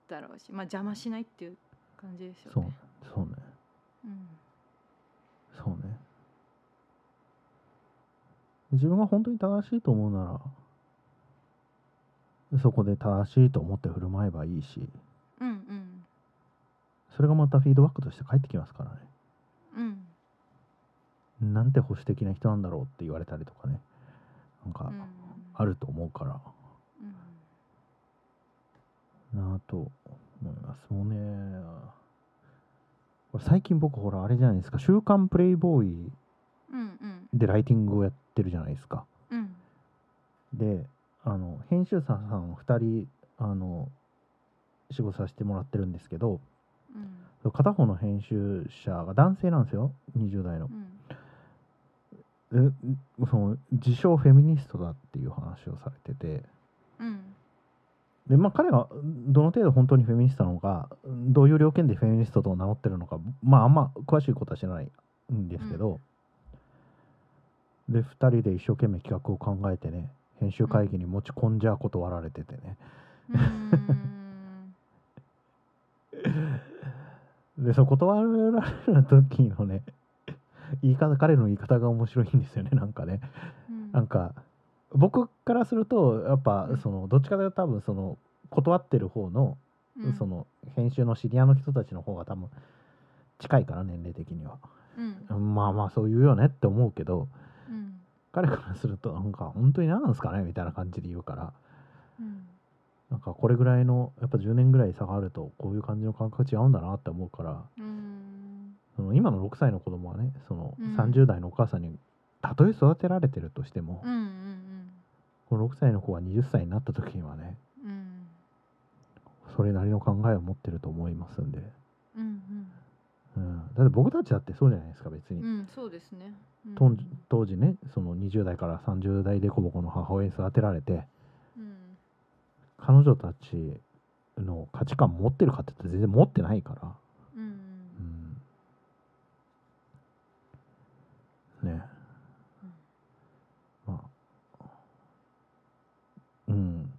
Speaker 3: だろうし、まあ邪魔しないっていう感じです
Speaker 2: そ
Speaker 3: よ
Speaker 2: う
Speaker 3: ね。
Speaker 2: そうね
Speaker 3: うん
Speaker 2: そうね自分が本当に正しいと思うならそこで正しいと思って振る舞えばいいし
Speaker 3: うんうん
Speaker 2: それがまたフィードバックとして返ってきますからね
Speaker 3: うん
Speaker 2: なんて保守的な人なんだろうって言われたりとかねなん
Speaker 3: う
Speaker 2: か
Speaker 3: ん
Speaker 2: あると思うから、
Speaker 3: うん
Speaker 2: なぁと思います。もうね、これ最近僕ほらあれじゃないですか、週刊プレイボーイ
Speaker 3: うん
Speaker 2: でライティングをやってるじゃないですか。
Speaker 3: うんうん
Speaker 2: で、あの編集者さん2人あの仕事させてもらってるんですけど、
Speaker 3: うん
Speaker 2: 片方の編集者が男性なんですよ、20代の
Speaker 3: う。ん
Speaker 2: でその自称フェミニストだっていう話をされてて。
Speaker 3: うん
Speaker 2: でまあ、彼がどの程度本当にフェミニストなのかどういう要件でフェミニストと名乗ってるのか、まあ、あんま詳しいことは知らないんですけど、で2人で一生懸命企画を考えてね編集会議に持ち込んじゃうことわられててね
Speaker 3: うーん
Speaker 2: でそう断られる時のね言い方彼の言い方が面白いんですよね なんかね
Speaker 3: うん
Speaker 2: なんか僕からするとやっぱ
Speaker 3: うん
Speaker 2: そのどっちかというと多分その断ってる方の
Speaker 3: うん
Speaker 2: その編集の知り合いの人たちの方が多分近いから年齢的には
Speaker 3: うん
Speaker 2: まあまあそう言うよねって思うけど
Speaker 3: うん
Speaker 2: 彼からするとなんか本当に何なんですかねみたいな感じで言うから
Speaker 3: うん
Speaker 2: なんかこれぐらいのやっぱ10年ぐらい差があるとこういう感じの感覚違うんだなって思うから
Speaker 3: うーん
Speaker 2: その今の6歳の子供はねその
Speaker 3: うん
Speaker 2: 30代のお母さんにたとえ育てられてるとしても、
Speaker 3: うんうん
Speaker 2: この6歳の子が20歳になった時にはね
Speaker 3: うんうん
Speaker 2: それなりの考えを持ってると思いますんで、
Speaker 3: うん
Speaker 2: うん、だって僕たちだってそうじゃないですか別に
Speaker 3: うんうんそうですねうん
Speaker 2: 当時当時ねその20代から30代でこぼこの母親に育てられて
Speaker 3: うん
Speaker 2: 彼女たちの価値観持ってるかって言ったら全然持ってないから、
Speaker 3: うんう
Speaker 2: うんん、ね
Speaker 3: うん
Speaker 2: まあうん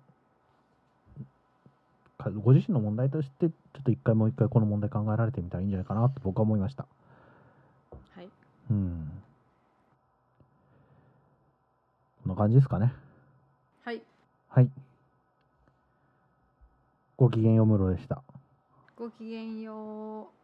Speaker 2: かご自身の問題としてちょっと一回もう一回この問題考えられてみたらいいんじゃないかなと僕は思いました。
Speaker 3: はい
Speaker 2: うん、こんな感じですかね。
Speaker 3: はい
Speaker 2: はい。ご機嫌ようムロでした。
Speaker 3: ごきげんよう